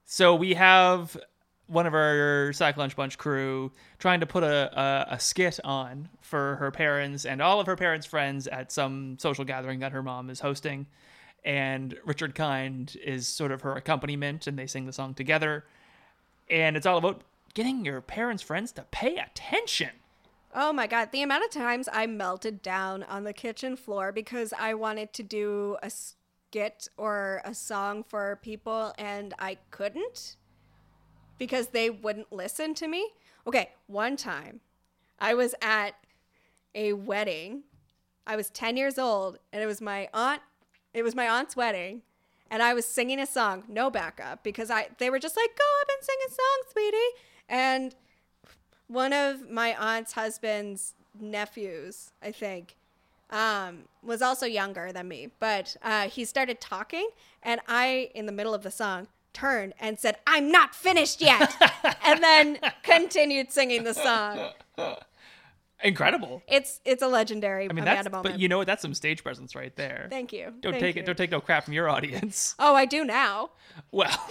Speaker 2: So we have one of our Sack Lunch Bunch crew trying to put a, a, a skit on for her parents and all of her parents' friends at some social gathering that her mom is hosting. And Richard Kind is sort of her accompaniment, and they sing the song together. And it's all about getting your parents' friends to pay attention.
Speaker 1: oh my God. The amount of times I melted down on the kitchen floor because I wanted to do a skit or a song for people and I couldn't because they wouldn't listen to me. Okay, one time I was at a wedding. I was 10 years old and it was my aunt it was my aunt's wedding and I was singing a song, no backup because I they were just like go up and sing a song, sweetie. And one of my aunt's husband's nephews, I think, um, was also younger than me, but uh, he started talking and I in the middle of the song turned and said, I'm not finished yet. and then continued singing the song.
Speaker 2: Incredible.
Speaker 1: It's it's a legendary
Speaker 2: I mean,
Speaker 1: Amanda
Speaker 2: that's
Speaker 1: moment.
Speaker 2: but you know what? That's some stage presence right there.
Speaker 1: Thank you.
Speaker 2: don't
Speaker 1: Thank
Speaker 2: take
Speaker 1: you.
Speaker 2: it. Don't take no crap from your audience.
Speaker 1: Oh, I do now.
Speaker 2: Well,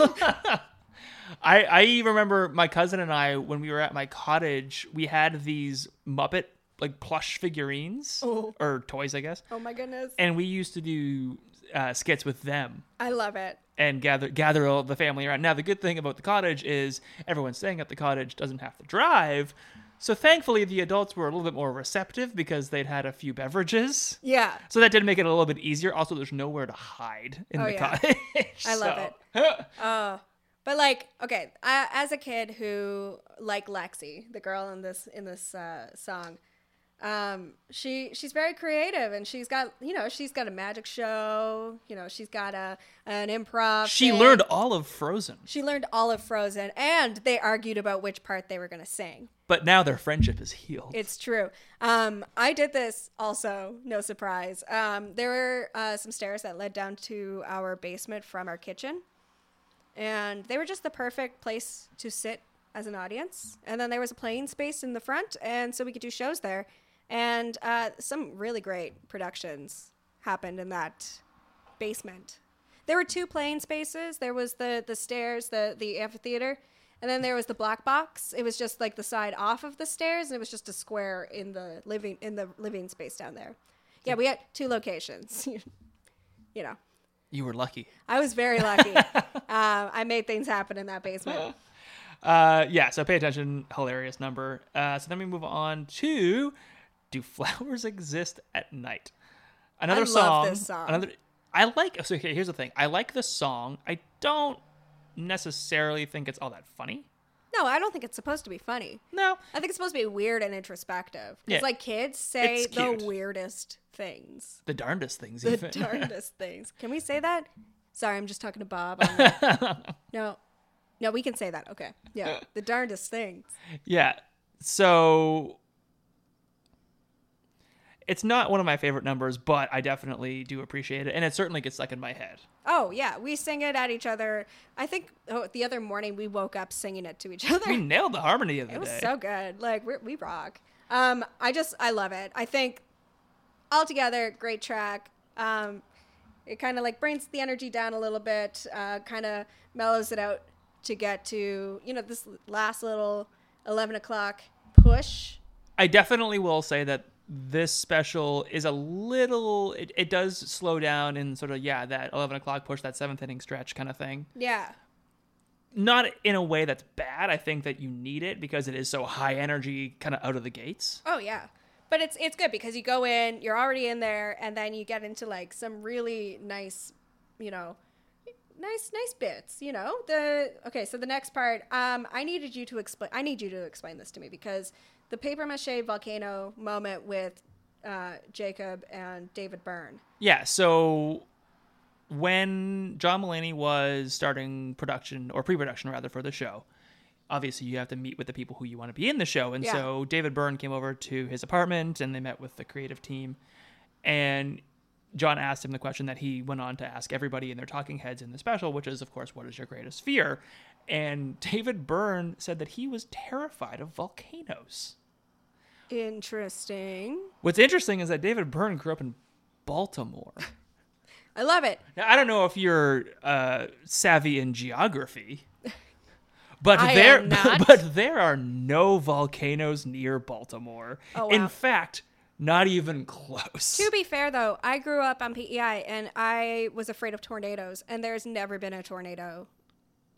Speaker 2: I I remember my cousin and I when we were at my cottage, we had these Muppet like plush figurines
Speaker 1: Oh.
Speaker 2: or toys, I guess,
Speaker 1: Oh my goodness.
Speaker 2: and we used to do uh, skits with them
Speaker 1: I love it.
Speaker 2: and gather gather all the family around. Now the good thing about the cottage is everyone staying at the cottage doesn't have to drive. So thankfully the adults were a little bit more receptive because they'd had a few beverages.
Speaker 1: Yeah.
Speaker 2: So that did make it a little bit easier. Also there's nowhere to hide in
Speaker 1: Oh,
Speaker 2: the
Speaker 1: yeah.
Speaker 2: cottage.
Speaker 1: I love
Speaker 2: it.
Speaker 1: Oh. But like, okay, I, as a kid who like Lexi, the girl in this in this uh, song, um, she she's very creative and she's got you know she's got a magic show, you know she's got a an improv.
Speaker 2: she
Speaker 1: thing.
Speaker 2: learned all of Frozen,
Speaker 1: She learned all of Frozen, and they argued about which part they were gonna sing.
Speaker 2: but now their friendship is healed.
Speaker 1: It's true. Um, I did this also, no surprise. Um, there were uh, some stairs that led down to our basement from our kitchen, and they were just the perfect place to sit as an audience. And then there was a playing space in the front, and so we could do shows there. And uh, some really great productions happened in that basement. There were two playing spaces. There was the the stairs, the the amphitheater, and then there was the black box. It was just like the side off of the stairs, and it was just a square in the living in the living space down there. Yeah, we had two locations. you know,
Speaker 2: you were lucky.
Speaker 1: I was very lucky. uh, I made things happen in that basement.
Speaker 2: Uh, yeah, so pay attention. Hilarious number. Uh, so then we move on to Do Flowers Exist at Night? Another
Speaker 1: I love
Speaker 2: song.
Speaker 1: this song.
Speaker 2: Another I like so okay, here's the thing. I like the song. I don't necessarily think it's all that funny.
Speaker 1: No, I don't think it's supposed to be funny.
Speaker 2: No.
Speaker 1: I think it's supposed to be weird and introspective. It's
Speaker 2: Yeah.
Speaker 1: like kids say
Speaker 2: It's
Speaker 1: the
Speaker 2: cute.
Speaker 1: weirdest things.
Speaker 2: The darndest things
Speaker 1: the
Speaker 2: even.
Speaker 1: darndest things. Can we say that? Sorry, I'm just talking to Bob. on the- no, no, we can say that. Okay, yeah, the darndest things.
Speaker 2: yeah. So it's not one of my favorite numbers, but I definitely do appreciate it. And it certainly gets stuck in my head.
Speaker 1: Oh yeah, we sing it at each other. I think oh, the other morning we woke up singing it to each other.
Speaker 2: We nailed the harmony of the
Speaker 1: It was
Speaker 2: day.
Speaker 1: so good. Like we're, we rock. Um, I just I love it. I think altogether great track. Um, it kind of like brings the energy down a little bit. Uh, kind of mellows it out to get to you know this last little eleven o'clock push.
Speaker 2: I definitely will say that this special is a little it, it does slow down in sort of yeah that 11 o'clock push that seventh inning stretch kind of thing
Speaker 1: Yeah,
Speaker 2: not in a way that's bad i think that you need it because it is so high energy kind of out of the gates
Speaker 1: Oh yeah. But it's it's good because you go in, you're already in there, and then you get into like some really nice, you know, nice nice bits. You know the okay. So the next part, um, I needed you to explain. I need you to explain this to me because the paper mache volcano moment with uh, Jacob and David Byrne.
Speaker 2: yeah so when john mullaney was starting production or pre-production rather for the show obviously you have to meet with the people who you want to be in the show and
Speaker 1: Yeah.
Speaker 2: so david byrne came over to his apartment and they met with the creative team and john asked him the question that he went on to ask everybody in their talking heads in the special which is of course what is your greatest fear and david byrne said that he was terrified of volcanoes
Speaker 1: Interesting.
Speaker 2: what's interesting is that david byrne grew up in baltimore
Speaker 1: I love it.
Speaker 2: now, I don't know if you're uh, savvy in geography, but
Speaker 1: I
Speaker 2: there,
Speaker 1: am not.
Speaker 2: but there are no volcanoes near Baltimore.
Speaker 1: Oh, wow.
Speaker 2: In fact, not even close.
Speaker 1: To be fair, though, I grew up on PEI and I was afraid of tornadoes, and there's never been a tornado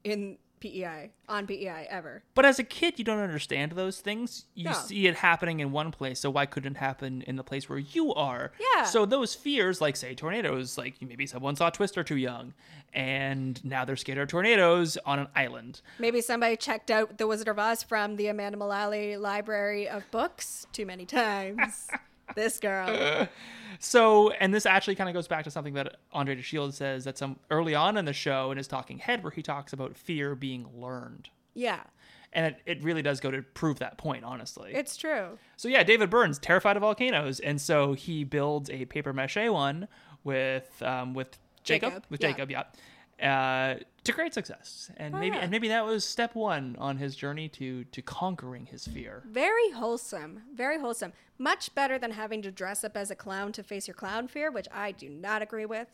Speaker 1: in PEI, on PEI, ever.
Speaker 2: But as a kid, you don't understand those things. You
Speaker 1: No.
Speaker 2: see it happening in one place, so why couldn't it happen in the place where you are?
Speaker 1: Yeah.
Speaker 2: So those fears, like say tornadoes, like maybe someone saw Twister too young, and now they're scared of tornadoes on an island.
Speaker 1: Maybe somebody checked out The Wizard of Oz from the Amanda Mullally Library of Books too many times. this girl.
Speaker 2: So, and this actually kind of goes back to something that Andre DeShield says that some early on in the show in his talking head, where he talks about fear being learned,
Speaker 1: Yeah,
Speaker 2: and it, it really does go to prove that point, honestly.
Speaker 1: it's true.
Speaker 2: so yeah, David Burns terrified of volcanoes, and so he builds a paper mache one with um with Jacob,
Speaker 1: Jacob,
Speaker 2: with
Speaker 1: yeah.
Speaker 2: Jacob, yeah, uh, to great success. And
Speaker 1: Oh,
Speaker 2: maybe
Speaker 1: yeah.
Speaker 2: and maybe that was step one on his journey to to conquering his fear.
Speaker 1: Very wholesome. Very wholesome. Much better than having to dress up as a clown to face your clown fear, which I do not agree with.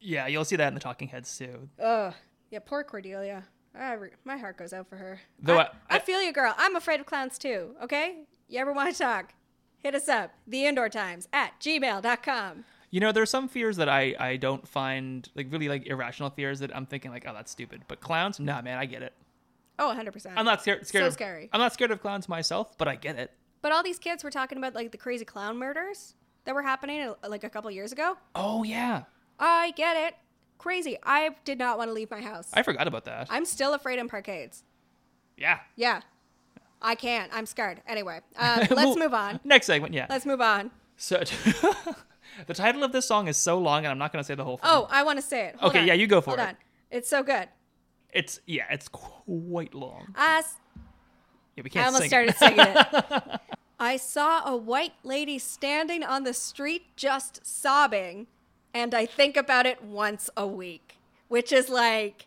Speaker 2: Yeah, you'll see that in the Talking Heads too.
Speaker 1: Ugh. Yeah, poor Cordelia. I re- my heart goes out for her.
Speaker 2: Though
Speaker 1: I,
Speaker 2: I-
Speaker 1: I feel you, girl. I'm afraid of clowns too, okay? You ever want to talk? Hit us up, theindoortimes at gmail.com.
Speaker 2: You know, there's some fears that I I don't find like really like irrational fears that I'm thinking like, oh, that's stupid. But clowns, nah, man, I get it.
Speaker 1: Oh, 100%.
Speaker 2: I'm not scared. scared
Speaker 1: So
Speaker 2: of,
Speaker 1: scary.
Speaker 2: I'm not scared of clowns myself, but I get it.
Speaker 1: but all these kids were talking about like the crazy clown murders that were happening uh, like a couple years ago.
Speaker 2: Oh yeah,
Speaker 1: I get it. Crazy. I did not want to leave my house.
Speaker 2: I forgot about that.
Speaker 1: I'm still afraid in parkades.
Speaker 2: yeah.
Speaker 1: Yeah. I can't. I'm scared. Anyway, um, let's
Speaker 2: Well,
Speaker 1: move on.
Speaker 2: Next segment, yeah.
Speaker 1: Let's move on.
Speaker 2: So, the title of this song is so long, and I'm not going to say the whole thing.
Speaker 1: Oh, I want to say it. Hold
Speaker 2: Okay,
Speaker 1: on.
Speaker 2: yeah, you go for
Speaker 1: Hold
Speaker 2: it.
Speaker 1: on. It's so good.
Speaker 2: it's yeah, it's quite long.
Speaker 1: I, s-
Speaker 2: Yeah, we
Speaker 1: I
Speaker 2: can't.
Speaker 1: almost
Speaker 2: sing
Speaker 1: started
Speaker 2: It.
Speaker 1: singing it. I saw a white lady standing on the street just sobbing, and I think about it once a week, which is like,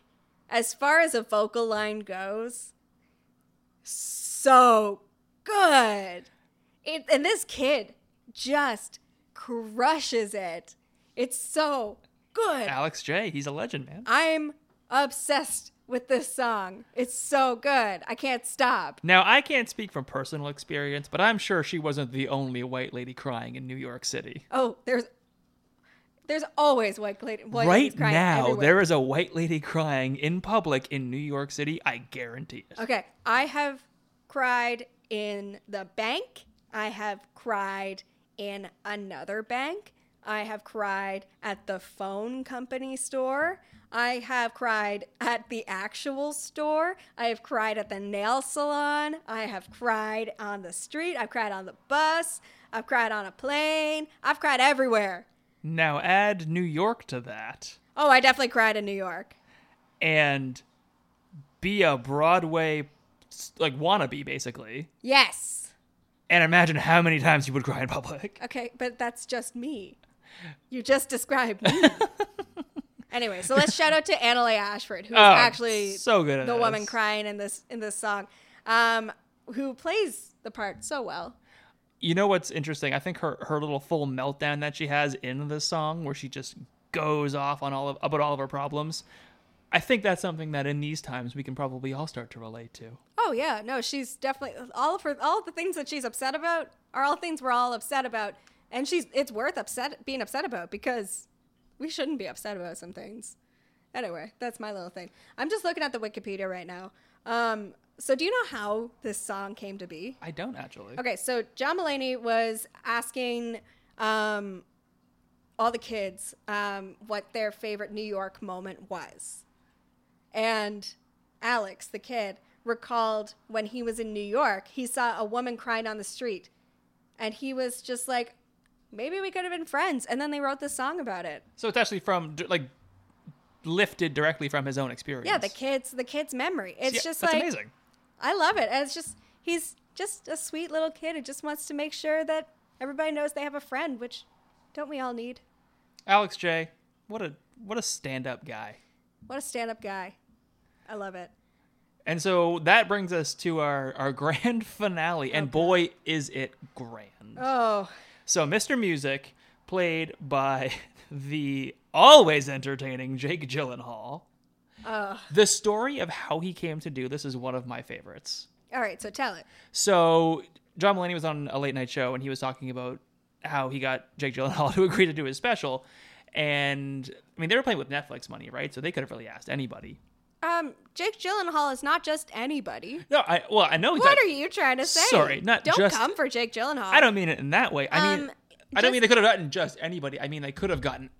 Speaker 1: as far as a vocal line goes, so good. It, and this kid just crushes it. It's so good.
Speaker 2: Alex J, he's a legend, man.
Speaker 1: I'm obsessed with this song. It's so good. I can't stop.
Speaker 2: Now, I can't speak from personal experience, but I'm sure she wasn't the only white lady crying in New York City.
Speaker 1: Oh, there's there's always white lady. White ladies
Speaker 2: right
Speaker 1: crying
Speaker 2: now,
Speaker 1: everywhere.
Speaker 2: there is a white lady crying in public in New York City. I guarantee it.
Speaker 1: Okay, I have cried in the bank. I have cried in another bank. I have cried at the phone company store. I have cried at the actual store. I have cried at the nail salon. I have cried on the street. I've cried on the bus. I've cried on a plane. I've cried everywhere.
Speaker 2: Now, add New York to that.
Speaker 1: Oh, I definitely cried in New York.
Speaker 2: and be a Broadway s- like wannabe basically.
Speaker 1: Yes.
Speaker 2: And imagine how many times you would cry in public.
Speaker 1: Okay, but that's just me. You just described me. anyway, so let's shout out to Annalee Ashford, who's
Speaker 2: Oh,
Speaker 1: actually
Speaker 2: so good at
Speaker 1: the
Speaker 2: this.
Speaker 1: woman crying in this in this song, um, who plays the part so well.
Speaker 2: You know what's interesting? I think her her little full meltdown that she has in the song where she just goes off on all of about all of her problems. I think that's something that in these times we can probably all start to relate to.
Speaker 1: Oh yeah, no, she's definitely all of her all of the things that she's upset about are all things we're all upset about, and she's it's worth upset being upset about because we shouldn't be upset about some things. Anyway, that's my little thing. I'm just looking at the Wikipedia right now. Um, so do you know how this song came to be?
Speaker 2: I don't actually.
Speaker 1: Okay, so John Mulaney was asking um, all the kids um, what their favorite New York moment was. And Alex, the kid, recalled when he was in New York, he saw a woman crying on the street. And he was just like, maybe we could have been friends. And then they wrote this song about it.
Speaker 2: So it's actually from d- like lifted directly from his own experience.
Speaker 1: Yeah, the kids, the kid's memory. It's
Speaker 2: Yeah,
Speaker 1: just
Speaker 2: that's
Speaker 1: like
Speaker 2: amazing.
Speaker 1: I love it. And it's just he's just a sweet little kid who just wants to make sure that everybody knows they have a friend, which don't we all need?
Speaker 2: Alex J, what a what a stand-up guy.
Speaker 1: What a stand-up guy. I love it.
Speaker 2: And so that brings us to our, our grand finale, and boy, is it grand.
Speaker 1: Oh,
Speaker 2: So, Mr. Music, played by the always entertaining Jake Gyllenhaal. The story of how he came to do this is one of my favorites.
Speaker 1: all right. So tell it.
Speaker 2: So, John Mulaney was on a late night show, and he was talking about how he got Jake Gyllenhaal to agree to do his special. And I mean, they were playing with Netflix money, right? So they could have really asked anybody.
Speaker 1: Um, Jake Gyllenhaal is not just anybody.
Speaker 2: No, I well, I know he's
Speaker 1: What
Speaker 2: not-
Speaker 1: are you trying to say?
Speaker 2: Sorry, not
Speaker 1: don't
Speaker 2: just-
Speaker 1: come for Jake Gyllenhaal.
Speaker 2: I don't mean it in that way. I mean,
Speaker 1: Um,
Speaker 2: I don't mean they
Speaker 1: just-
Speaker 2: could have gotten just anybody. I mean they could have gotten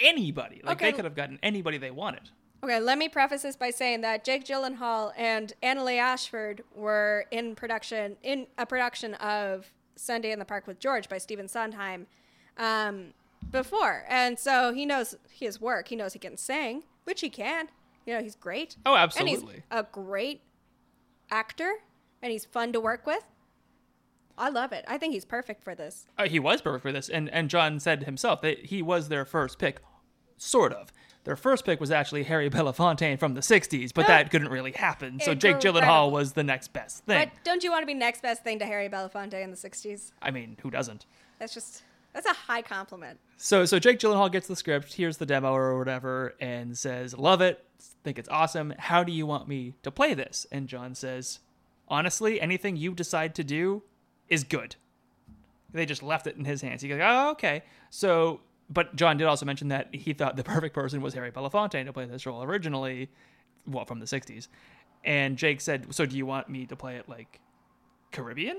Speaker 2: anybody. Like
Speaker 1: Okay.
Speaker 2: they could have gotten anybody they wanted.
Speaker 1: Okay, let me preface this by saying that Jake Gyllenhaal and Annalee Ashford were in production in a production of Sunday in the Park with George by Stephen Sondheim um, before, and so he knows his work. He knows he can sing, which he can. You know, he's great.
Speaker 2: Oh,
Speaker 1: And he's
Speaker 2: absolutely.
Speaker 1: a great actor, and he's fun to work with. I love it. I think he's perfect for this.
Speaker 2: Uh, he was perfect for this, and and John said himself that he was their first pick, sort of. Their first pick was actually Harry Belafontaine from the 60s, but that couldn't really happen. So Jake
Speaker 1: Incredible.
Speaker 2: Gyllenhaal was the next best thing.
Speaker 1: But don't you want to be next best thing to Harry Belafonte in the 60s?
Speaker 2: I mean, who doesn't?
Speaker 1: That's just, that's a high compliment.
Speaker 2: So so Jake Gyllenhaal gets the script, hears the demo or whatever, and says, "Love it, think it's awesome. How do you want me to play this?" And John says, "Honestly, anything you decide to do is good." They just left it in his hands. He goes, "Oh, okay." So, but John did also mention that he thought the perfect person was Harry Belafonte to play this role originally, well, from the '60s. And Jake said, "So do you want me to play it like Caribbean?"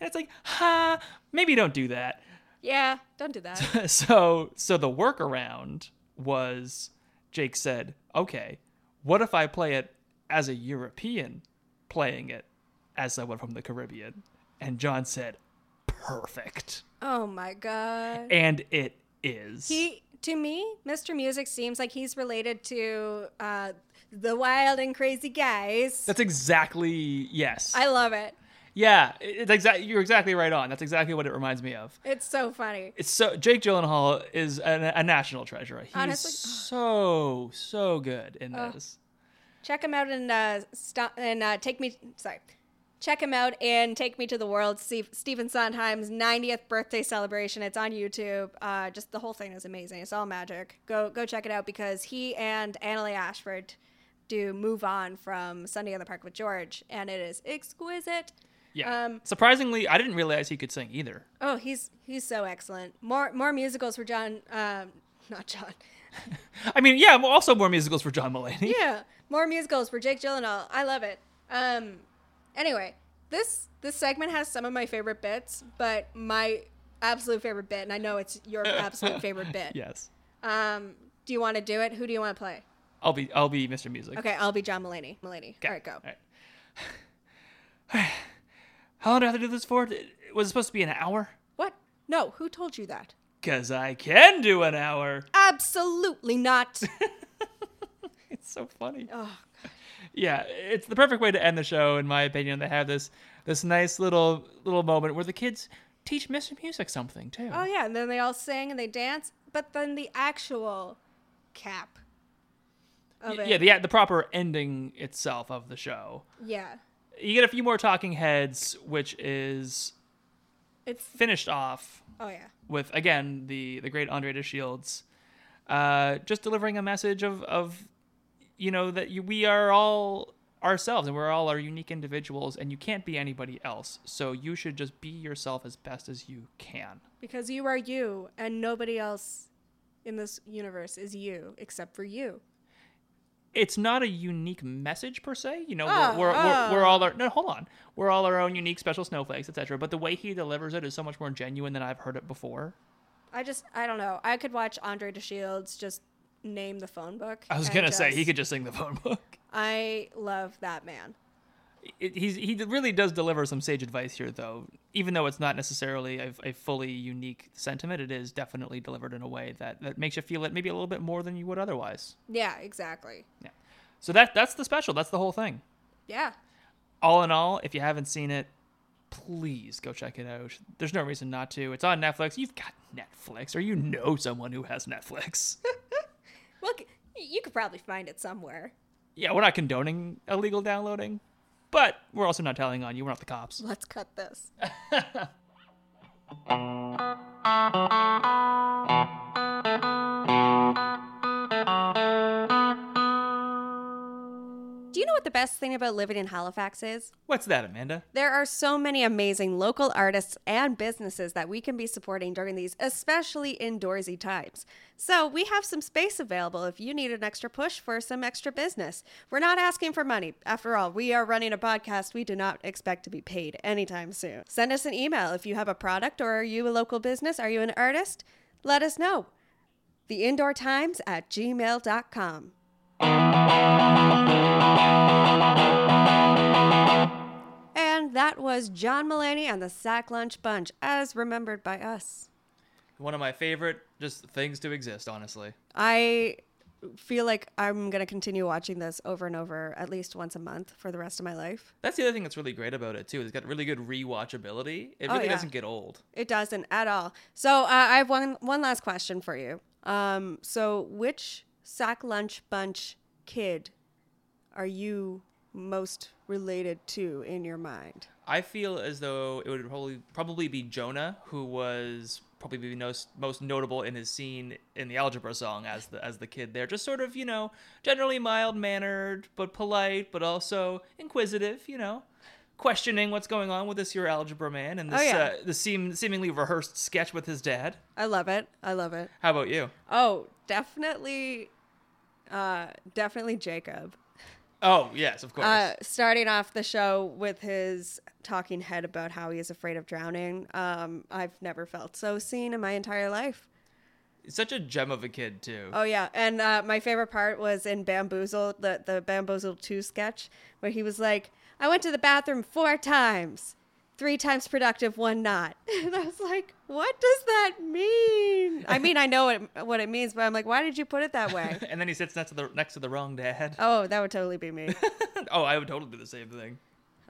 Speaker 2: And it's like, "Ha, maybe don't do that."
Speaker 1: Yeah, don't do that.
Speaker 2: so so the workaround was Jake said, "Okay, what if I play it as a European playing it as someone from the Caribbean?" And John said, "Perfect."
Speaker 1: oh my God.
Speaker 2: And it is.
Speaker 1: He, to me, Mr. Music seems like he's related to uh, the wild and crazy guys.
Speaker 2: That's exactly yes.
Speaker 1: I love it.
Speaker 2: yeah, it's exactly you're exactly right on. That's exactly what it reminds me of.
Speaker 1: It's so funny.
Speaker 2: It's so Jake Gyllenhaal is a, a national treasure. He's
Speaker 1: Honestly-
Speaker 2: so so good in this.
Speaker 1: Check him out and uh, stop and uh, take me. Sorry, check him out and take me to the world. Steve, Stephen Sondheim's 90th birthday celebration. It's on YouTube. Uh, just the whole thing is amazing. It's all magic. Go go check it out because he and Annalee Ashford do move on from Sunday in the Park with George, and it is exquisite.
Speaker 2: Yeah.
Speaker 1: Um,
Speaker 2: Surprisingly, I didn't realize he could sing either.
Speaker 1: Oh, he's he's so excellent. More more musicals for John. Um, not John.
Speaker 2: I mean, yeah, well, also more musicals for John Mulaney.
Speaker 1: Yeah, more musicals for Jake Gyllenhaal. I love it. Um, anyway, this this segment has some of my favorite bits, but my absolute favorite bit, and I know it's your absolute favorite bit.
Speaker 2: Yes.
Speaker 1: Um, do you want to do it? Who do you want to play?
Speaker 2: I'll be I'll be Mr. Music.
Speaker 1: Okay, I'll be John Mulaney. Mulaney. All right, go.
Speaker 2: right. How long do I have to do this for? Was it supposed to be an hour?
Speaker 1: What? No, who told you that?
Speaker 2: Cause I can do an hour.
Speaker 1: Absolutely not.
Speaker 2: It's so funny.
Speaker 1: oh,
Speaker 2: Yeah, it's the perfect way to end the show, in my opinion. They have this this nice little little moment where the kids teach Mr. Music something too.
Speaker 1: oh yeah, and then they all sing and they dance, but then the actual cap of
Speaker 2: Y-
Speaker 1: it.
Speaker 2: yeah, the the proper ending itself of the show.
Speaker 1: yeah.
Speaker 2: You get a few more talking heads, which is
Speaker 1: It's
Speaker 2: finished off
Speaker 1: oh yeah.
Speaker 2: with again the the great Andre de Shields, uh, just delivering a message of of you know that you, we are all ourselves and we're all our unique individuals and you can't be anybody else. So you should just be yourself as best as you can.
Speaker 1: Because you are you, and nobody else in this universe is you except for you.
Speaker 2: It's not a unique message per se, you know.
Speaker 1: Oh,
Speaker 2: we're, we're,
Speaker 1: oh.
Speaker 2: we're, we're all our no, hold on. We're all our own unique special snowflakes, etc. But the way he delivers it is so much more genuine than I've heard it before.
Speaker 1: I just, I don't know. I could watch Andre DeShields just name the phone book.
Speaker 2: I was
Speaker 1: and
Speaker 2: gonna say he
Speaker 1: just-
Speaker 2: could just sing the phone book.
Speaker 1: I love that man.
Speaker 2: it, he's he really does deliver some sage advice here, though. Even though it's not necessarily a, a fully unique sentiment, it is definitely delivered in a way that that makes you feel it maybe a little bit more than you would otherwise.
Speaker 1: Yeah, exactly.
Speaker 2: Yeah. So that that's the special. That's the whole thing.
Speaker 1: Yeah.
Speaker 2: All in all, if you haven't seen it, please go check it out. There's no reason not to. It's on Netflix. You've got Netflix, or you know someone who has Netflix.
Speaker 1: Well, c- you could probably find it somewhere.
Speaker 2: yeah, we're not condoning illegal downloading, but we're also not telling on you. We're not the cops.
Speaker 1: Let's cut this. Do you know what the best thing about living in Halifax is?
Speaker 2: What's that, Amanda?
Speaker 1: There are so many amazing local artists and businesses that we can be supporting during these especially indoorsy times. So, we have some space available if you need an extra push for some extra business. We're not asking for money. After all, we are running a podcast. We do not expect to be paid anytime soon. Send us an email if you have a product or are you a local business? Are you an artist? Let us know. Theindoortimes at gmail.com. And that was John Mullaney and the Sack Lunch Bunch, as remembered by us.
Speaker 3: One of my favorite just things to exist, honestly.
Speaker 1: I feel like I'm going to continue watching this over and over at least once a month for the rest of my life.
Speaker 3: That's the other thing that's really great about it too. It's got really good rewatchability. It
Speaker 1: Oh,
Speaker 3: really
Speaker 1: yeah.
Speaker 3: doesn't get old.
Speaker 1: It doesn't at all. So uh, I have one one last question for you. Um, so, which sock lunch bunch kid are you most related to in your mind?
Speaker 2: I feel as though it would probably probably be Jonah who was probably the most most notable in his scene in the algebra song as the as the kid there just sort of you know generally mild mannered but polite but also inquisitive you know questioning what's going on with this your algebra man and this
Speaker 1: Oh, yeah.
Speaker 2: uh, the seem, seemingly rehearsed sketch with his dad
Speaker 1: I love it. I love it.
Speaker 2: how about you
Speaker 1: Oh, definitely, uh, definitely Jacob.
Speaker 2: oh yes of course
Speaker 1: Uh, starting off the show with his talking head about how he is afraid of drowning. Um, I've never felt so seen in my entire life.
Speaker 2: such a gem of a kid too
Speaker 1: Oh yeah, and uh, my favorite part was in Bamboozle, the the Bamboozle Two sketch, where he was like, "I went to the bathroom four times, three times productive, one not." And I was like, "What does that mean?" I mean, I know it, what it means, but I'm like, "Why did you put it that way?"
Speaker 2: and then he sits next to the next to the wrong dad
Speaker 1: oh, that would totally be me.
Speaker 2: oh i would totally do the same thing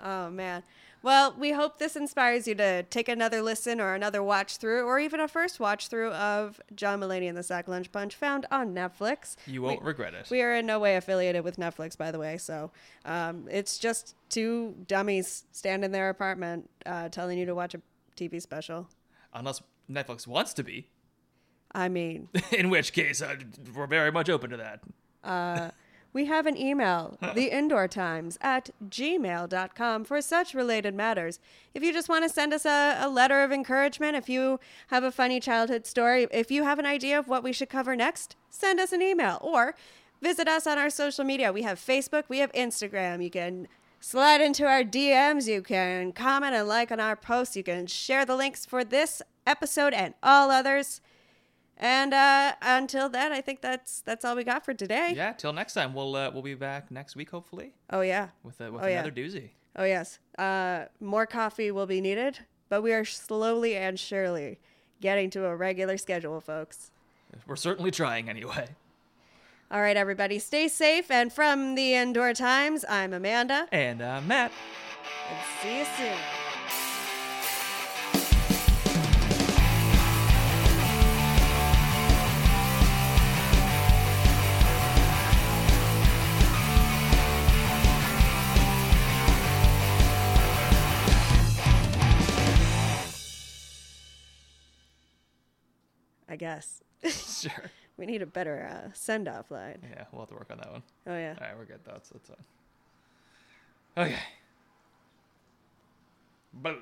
Speaker 1: Oh man. Well, we hope this inspires you to take another listen or another watch through, or even a first watch through of John Mulaney and the Sack Lunch Bunch, found on Netflix.
Speaker 2: you won't regret it
Speaker 1: We are in no way affiliated with Netflix, by the way. So um, it's just two dummies standing in their apartment uh, telling you to watch a TV special.
Speaker 2: unless netflix wants to be
Speaker 1: I mean,
Speaker 2: in which case uh, we're very much open to that
Speaker 1: we have an email, theindoortimes at gmail.com, for such related matters. If you just want to send us a, a letter of encouragement, if you have a funny childhood story, if you have an idea of what we should cover next, send us an email or visit us on our social media. We have Facebook, we have Instagram. You can slide into our DMs, you can comment and like on our posts, you can share the links for this episode and all others. And uh, until then, I think that's that's all we got for today.
Speaker 2: yeah till next time we'll uh, we'll be back next week hopefully
Speaker 1: Oh yeah.
Speaker 2: with, a, with
Speaker 1: Oh, yeah.
Speaker 2: another doozy
Speaker 1: Oh yes. Uh, more coffee will be needed, but we are slowly and surely getting to a regular schedule, folks.
Speaker 2: we're certainly trying anyway
Speaker 1: All right, everybody, stay safe. And from the Indoor Times, I'm Amanda,
Speaker 2: and uh, matt
Speaker 1: and see you soon. I guess
Speaker 2: sure
Speaker 1: we need a better uh, send off line.
Speaker 2: yeah we'll have to work on that one
Speaker 1: Oh, yeah.
Speaker 2: all right we're good that's that's fine okay Blah.